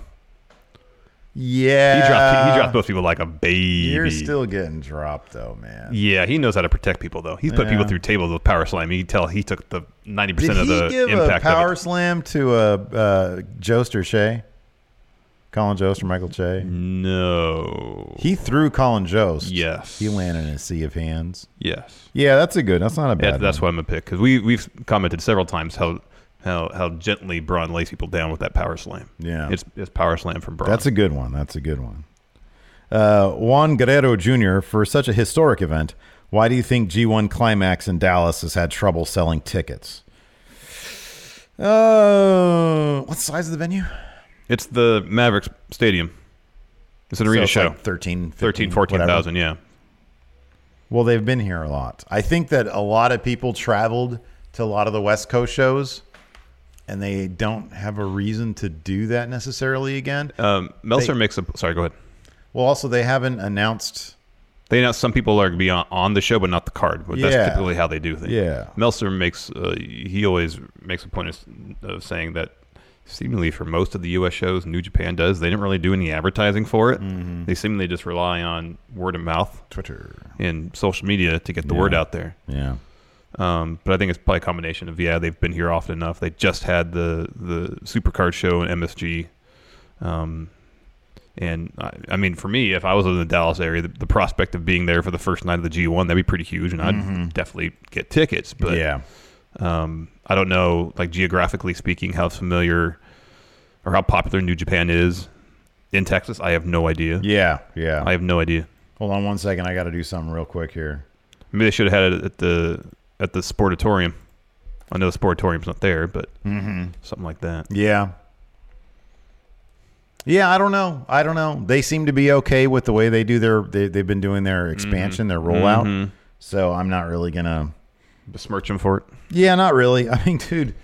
S4: He
S3: Yeah,
S4: dropped. He, dropped both people like a baby.
S3: You're still getting dropped though, man.
S4: Yeah, he knows how to protect people though. He's put people
S3: Yeah.
S4: through tables with power slam. He tell he took the ninety
S3: Did
S4: percent of
S3: he
S4: the
S3: give a
S4: impact
S3: power
S4: of it.
S3: slam to a uh, Jost or Shea? Colin Jost or Michael Shea?
S4: Mm. No.
S3: He threw Colin Jost.
S4: Yes.
S3: He landed in a sea of hands.
S4: Yes.
S3: Yeah, that's a good. That's not a bad.
S4: Yeah, that's
S3: one.
S4: what I'm gonna pick because we we've commented several times how how how gently Braun lays people down with that power slam.
S3: Yeah.
S4: It's it's power slam from Braun.
S3: That's a good one. That's a good one. Uh, Juan Guerrero Jr. for such a historic event. Why do you think G1 Climax in Dallas has had trouble selling tickets? Uh, what size is the venue?
S4: it's the Mavericks Stadium. It's an
S3: So
S4: arena
S3: it's
S4: show.
S3: Like 13, 15,
S4: 13,
S3: whatever.
S4: 14,000, yeah.
S3: Well, they've been here a lot. I think that a lot of people traveled to a lot of the West Coast shows, and they don't have a reason to do that necessarily again.
S4: Um, Meltzer makes a sorry. Go ahead.
S3: well, also they haven't announced.
S4: They announced some people are going to be on, on the show, but not the card. But
S3: Yeah.
S4: that's typically how they do things.
S3: Yeah.
S4: Meltzer makes uh, he always makes a point of, of saying that seemingly for most of the U.S. shows, New Japan does. They didn't really do any advertising for it. They seemingly just rely on word of mouth
S3: Mm-hmm. Twitter.
S4: and social media to get the word out there.
S3: Yeah.
S4: Um, but I think it's probably a combination of yeah, they've been here often enough. They just had the the Supercard show and MSG. Um, and I, I mean, for me, if I was in the Dallas area, the, the prospect of being there for the first night of the G1 that'd be pretty huge, and I'd definitely get tickets. But
S3: Mm-hmm. yeah.
S4: um, I don't know, like geographically speaking, how familiar or how popular New Japan is in Texas. I have no idea.
S3: Yeah. Yeah.
S4: I have no idea.
S3: Hold on one second. I got to do something real quick here.
S4: Maybe they should have had it at the at the Sportatorium. I know the Sportatorium's not there, but
S3: Mm-hmm.
S4: something like that.
S3: Yeah. Yeah, I don't know. I don't know. They seem to be okay with the way they do their. They, they've been doing their expansion, their rollout. So I'm not really gonna.
S4: Besmirch him for it.
S3: Yeah, not really. I mean, dude,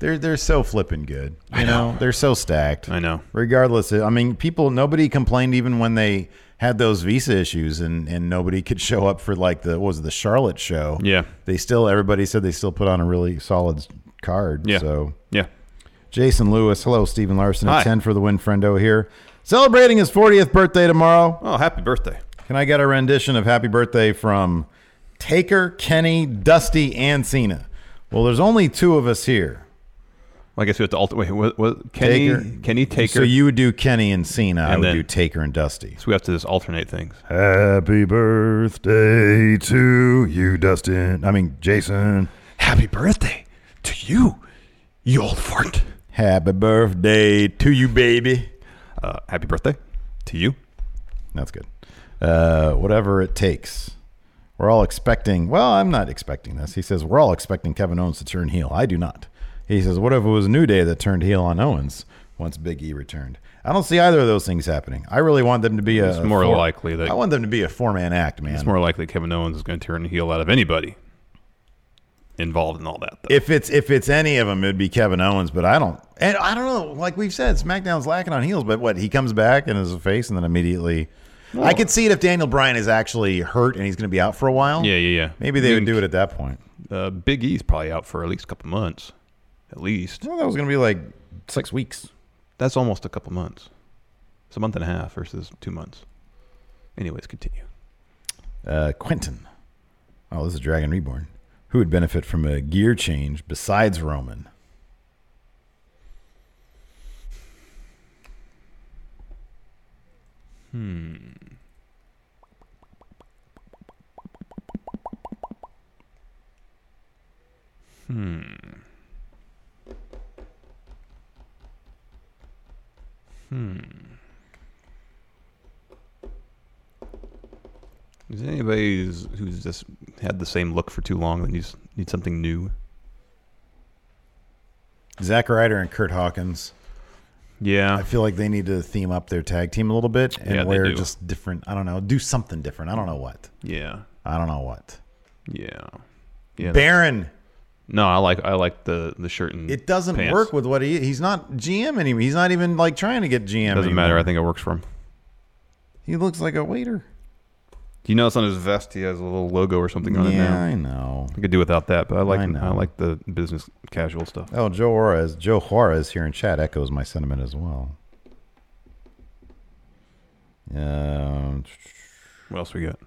S3: they're they're so flipping good. You know, they're so stacked.
S4: I know.
S3: Regardless, I mean, people nobody complained even when they had those visa issues and and nobody could show up for like the what was it, the Charlotte show.
S4: Yeah.
S3: they still everybody said they still put on a really solid card.
S4: Yeah.
S3: So
S4: Yeah.
S3: Jason Lewis, hello, Stephen Larson.
S4: Hi.
S3: It's 10 for the win, friendo here. Celebrating his 40th birthday tomorrow.
S4: Oh, happy birthday.
S3: Can I get a rendition of Happy Birthday from Taker, Kenny, Dusty, and Cena? Well, there's only two of us here.
S4: Well, I guess we have to alter. Wait, what, what, Kenny, Kenny Taker.
S3: So you would do Kenny and Cena. I
S4: And
S3: would
S4: then-
S3: do Taker and Dusty.
S4: so we have to just alternate things.
S3: Happy birthday to you, Dustin. I mean, Jason.
S4: Happy birthday to you, you old fart.
S3: Happy birthday to you, baby.
S4: Uh, happy birthday to you.
S3: That's good. Uh, whatever it takes. We're all expecting. Well, I'm not expecting this. He says we're all expecting Kevin Owens to turn heel. I do not. He says, "What if it was New Day that turned heel on Owens once Big E returned?" I don't see either of those things happening. I really want them to be a.
S4: It's more
S3: a
S4: likely that-
S3: I want them to be a four man act, man.
S4: It's more likely Kevin Owens is going to turn heel out of anybody involved in all that. Though.
S3: If it's if it's any of them, it'd be Kevin Owens. But I don't, and I don't know. Like we've said, SmackDown's lacking on heels. But what he comes back and is a face, and then immediately, I could see it if Daniel Bryan is actually hurt and he's going to be out for a while.
S4: yeah, yeah, yeah.
S3: Maybe they would do it at that point.
S4: Uh, Big E's probably out for at least a couple months. At least
S3: Well, that was going to be like six weeks.
S4: that's almost a couple months. It's a month and a half versus two months. Anyways, continue.
S3: Uh, Quentin. Oh, this is Dragon Reborn. Who would benefit from a gear change besides Roman?
S4: Is there anybody who's, who's just had the same look for too long that needs needs something new?
S3: Zack Ryder and Kurt Hawkins. I
S4: Yeah,
S3: feel like they need to theme up their tag team a little bit and
S4: Yeah, they
S3: wear
S4: do.
S3: just different. I don't know. Do something different. I don't know what.
S4: yeah,
S3: I don't know what.
S4: yeah, yeah.
S3: Baron.
S4: no, I like I like the the shirt and
S3: It doesn't
S4: pants.
S3: work with what he. He's not GM anymore. He's not even like trying to get GM.
S4: Doesn't
S3: anymore.
S4: matter. I think it works for him.
S3: He looks like a waiter.
S4: Do you notice on his vest he has a little logo or something on it
S3: yeah,
S4: now?
S3: I know.
S4: I could do without that, but I like
S3: I
S4: I,
S3: know.
S4: like the business casual stuff.
S3: Oh, Joe Juarez. Joe Juarez here in chat echoes my sentiment as well. Um,
S4: What else we got?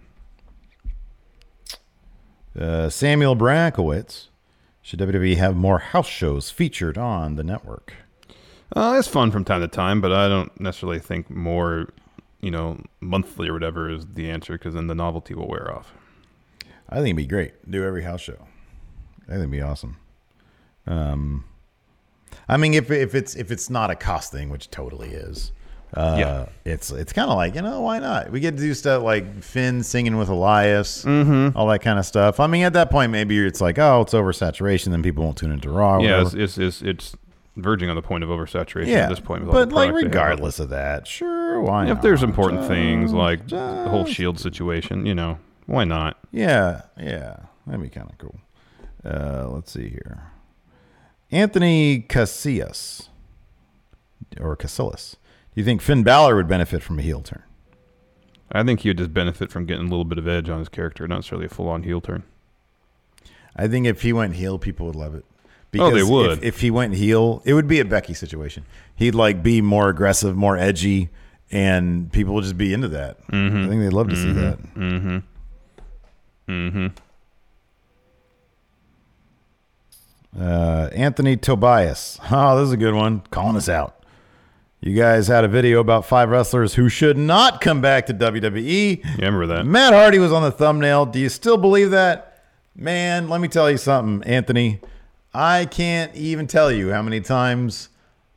S3: uh, Samuel Brackowitz. Should WWE have more house shows featured on the network?
S4: Uh, it's fun from time to time, but I don't necessarily think more, you know, monthly or whatever is the answer because then the novelty will wear off.
S3: I think it'd be great. Do every house show. I think it'd be awesome. Um, I mean, if if it's if it's not a cost thing, which it totally is. Uh,
S4: Yeah.
S3: it's it's kind of like you know why not? We get to do stuff like Finn singing with Elias,
S4: Mm-hmm.
S3: all that kind of stuff. I mean, at that point, maybe it's like oh, it's oversaturation, then people won't tune into Raw. or
S4: yeah, it's,
S3: whatever.
S4: it's it's it's verging on the point of oversaturation
S3: yeah.
S4: at this point. With all
S3: but
S4: the
S3: like
S4: product they have.
S3: regardless of that, sure, why?
S4: if there's
S3: not?
S4: important things like the whole
S3: just-
S4: shield situation, you know, why not?
S3: Yeah, yeah. That'd be kind of cool. Uh, let's see here. Anthony Casillas or Casillas. Do you think Finn Balor would benefit from a heel turn?
S4: I think he would just benefit from getting a little bit of edge on his character, not necessarily a full-on heel turn.
S3: I think if he went heel, people would love it.
S4: Oh, they would.
S3: If, if he went heel, it would be a Becky situation. He'd like be more aggressive, more edgy, and people would just be into that.
S4: Mm-hmm.
S3: I think they'd love to see that. Mm-hmm. Mm-hmm.
S4: Mm-hmm.
S3: Uh, Anthony Tobias. Oh, this is a good one. Calling us out. You guys had a video about five wrestlers who should not come back to E. WWE.
S4: Yeah, I remember that.
S3: Matt Hardy was on the thumbnail. Do you still believe that? Man, let me tell you something, Anthony. I can't even tell you how many times,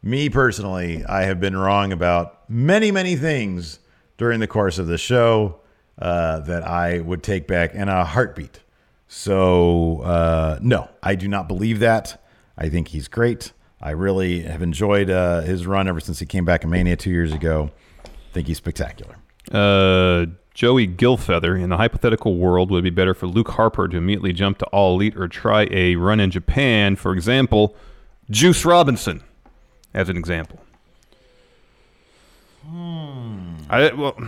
S3: me personally, I have been wrong about many, many things during the course of the show uh, that I would take back in a heartbeat. So, uh, no, I do not believe that. I think he's great. I really have enjoyed uh, his run ever since he came back in Mania two years ago. I think he's spectacular.
S4: Uh, Joey Gilfeather in a hypothetical world would it be better for Luke Harper to immediately jump to All Elite or try a run in Japan, for example, Juice Robinson, as an example. I well,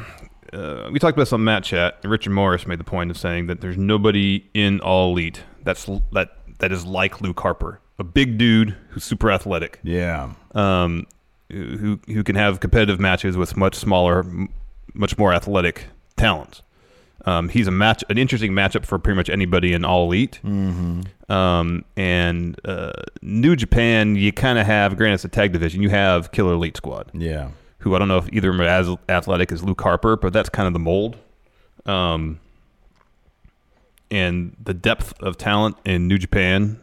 S4: uh, we talked about this on Matt Chat. and Richard Morris made the point of saying that there's nobody in All Elite that's l- that that is like Luke Harper, a big dude who's super athletic
S3: Yeah.
S4: um, who who can have competitive matches with much smaller, m- much more athletic talents. Um, he's a match, an interesting matchup for pretty much anybody in all elite. Um, and uh, New Japan, you kind of have, granted it's a tag division, you have Killer Elite Squad,
S3: Yeah.
S4: who I don't know if either of them are as athletic as Luke Harper, but that's kind of the mold. Um, and the depth of talent in New Japan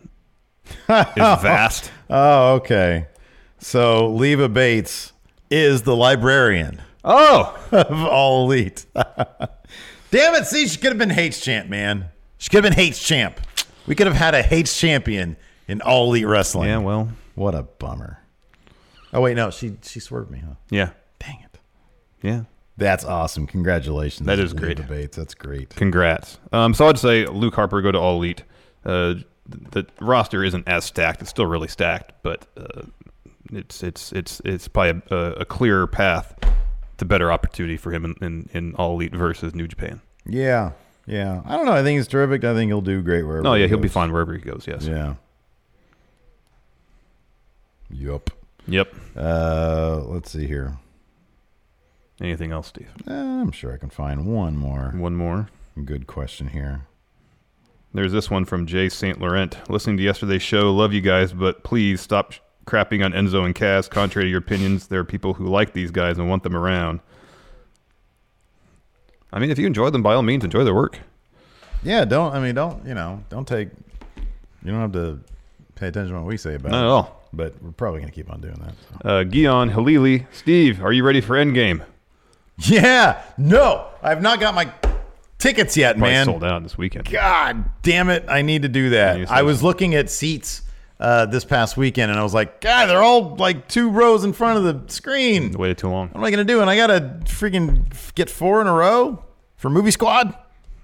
S4: is vast.
S3: Oh, okay. So Leva Bates is the librarian
S4: oh,
S3: of all elite. Damn it, see, she could have been Hates champ, man. She could have been Hates champ. We could have had a Hates champion in all elite wrestling.
S4: yeah, well,
S3: what a bummer. Oh wait, no, she she swerved me, huh?
S4: yeah.
S3: Dang it.
S4: Yeah.
S3: That's awesome. Congratulations.
S4: That is great.
S3: Leva Bates. That's great.
S4: Congrats. Um, so I'd say Luke Harper go to All Elite. Uh, the roster isn't as stacked. It's still really stacked, but uh, it's it's it's it's probably a, a clearer path to better opportunity for him in, in, in All Elite versus New Japan.
S3: Yeah. Yeah. I don't know. I think he's terrific. I think he'll do great wherever.
S4: No, Oh, yeah,
S3: he
S4: he'll be
S3: goes.
S4: fine wherever he goes. Yes.
S3: Yeah. Yup.
S4: Yep.
S3: Uh, let's see here.
S4: Anything else, Steve?
S3: Uh, I'm sure I can find one more
S4: One more.
S3: good question here.
S4: There's this one from Jay St. Laurent. Listening to yesterday's show, love you guys, but please stop sh- crapping on Enzo and Cass. Contrary to your opinions, there are people who like these guys and want them around. I mean, if you enjoy them, by all means, enjoy their work.
S3: Yeah. Don't. I mean, don't. You know. Don't take. You don't have to pay attention to what we say about
S4: Not at
S3: it.
S4: all.
S3: But we're probably gonna keep on doing that. so.
S4: Uh, Gion, Halili, Steve, are you ready for Endgame?
S3: Yeah. No, I've not got my tickets yet,
S4: Probably
S3: man.
S4: sold out this weekend.
S3: God damn it! I need to do that.
S4: You said-
S3: I was looking at seats uh, this past weekend, and I was like, God, they're all like two rows in front of the screen. What
S4: Waited too long.
S3: am I gonna do? And I gotta freaking f- get four in a row for Movie Squad.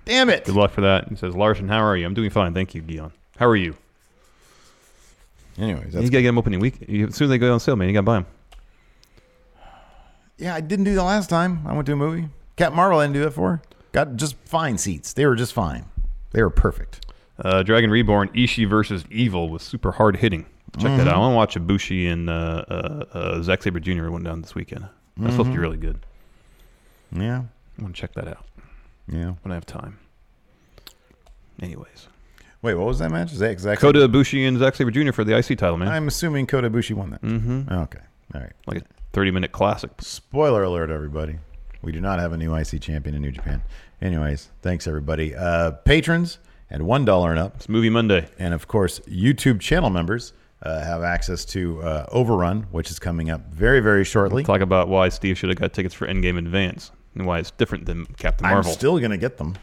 S3: Damn it!
S4: Good luck for that. He says, Larson, how are you? I'm doing fine. Thank you, Gion. How are you?
S3: Anyways,
S4: You
S3: that's,
S4: got to get them opening week. You, as soon as they go on sale, man, you got to buy them.
S3: yeah, I didn't do that last time. I went to a movie. Captain Marvel, I didn't do that for. Got just fine seats. They were just fine. They were perfect.
S4: Uh, Dragon Reborn, Ishii versus Evil was super hard hitting. Check that
S3: Mm-hmm.
S4: out. I want to watch Ibushi and uh, uh, uh, Zack Sabre Jr. went down this weekend. That's
S3: Mm-hmm.
S4: supposed to be really good.
S3: Yeah,
S4: I want to check that out
S3: yeah.
S4: when I have time. Anyways,
S3: Wait, what was that match? Is that exactly?
S4: Kota Ibushi and Zack Sabre Jr. for the IC title, man.
S3: I'm assuming Kota Ibushi won that. Mm-hmm. Okay. All right.
S4: like a 30 minute classic.
S3: Spoiler alert, everybody. We do not have a new IC champion in New Japan. Anyways, thanks everybody. Uh, patrons at one dollar and up,
S4: It's Movie Monday.
S3: and of course, YouTube channel members uh, have access to uh, Overrun, which is coming up very, very shortly.
S4: Talk about why Steve should have got tickets for Endgame in advance and why it's different than Captain
S3: I'm
S4: Marvel.
S3: still gonna get them.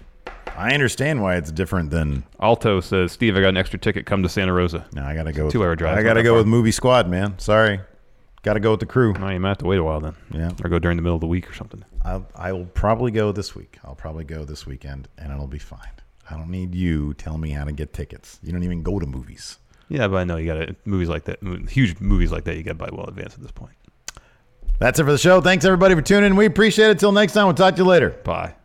S3: I understand why it's different than.
S4: Alto says, Steve, I got an extra ticket. Come to Santa Rosa.
S3: No, I gotta go. with-
S4: two-hour drive.
S3: I gotta go with Movie Squad, man. Sorry, gotta go with the crew.
S4: No, you might have to wait a while then.
S3: Yeah.
S4: Or go during the middle of the week or something.
S3: I'll, I will probably go this week. I'll probably go this weekend, and it'll be fine. I don't need you telling me how to get tickets. You don't even go to movies.
S4: Yeah, but I know you got to movies like that, mo- huge movies like that. You got to buy well in advance at this point.
S3: That's it for the show. Thanks everybody for tuning in. We appreciate it. Till next time, we'll talk to you later.
S4: Bye.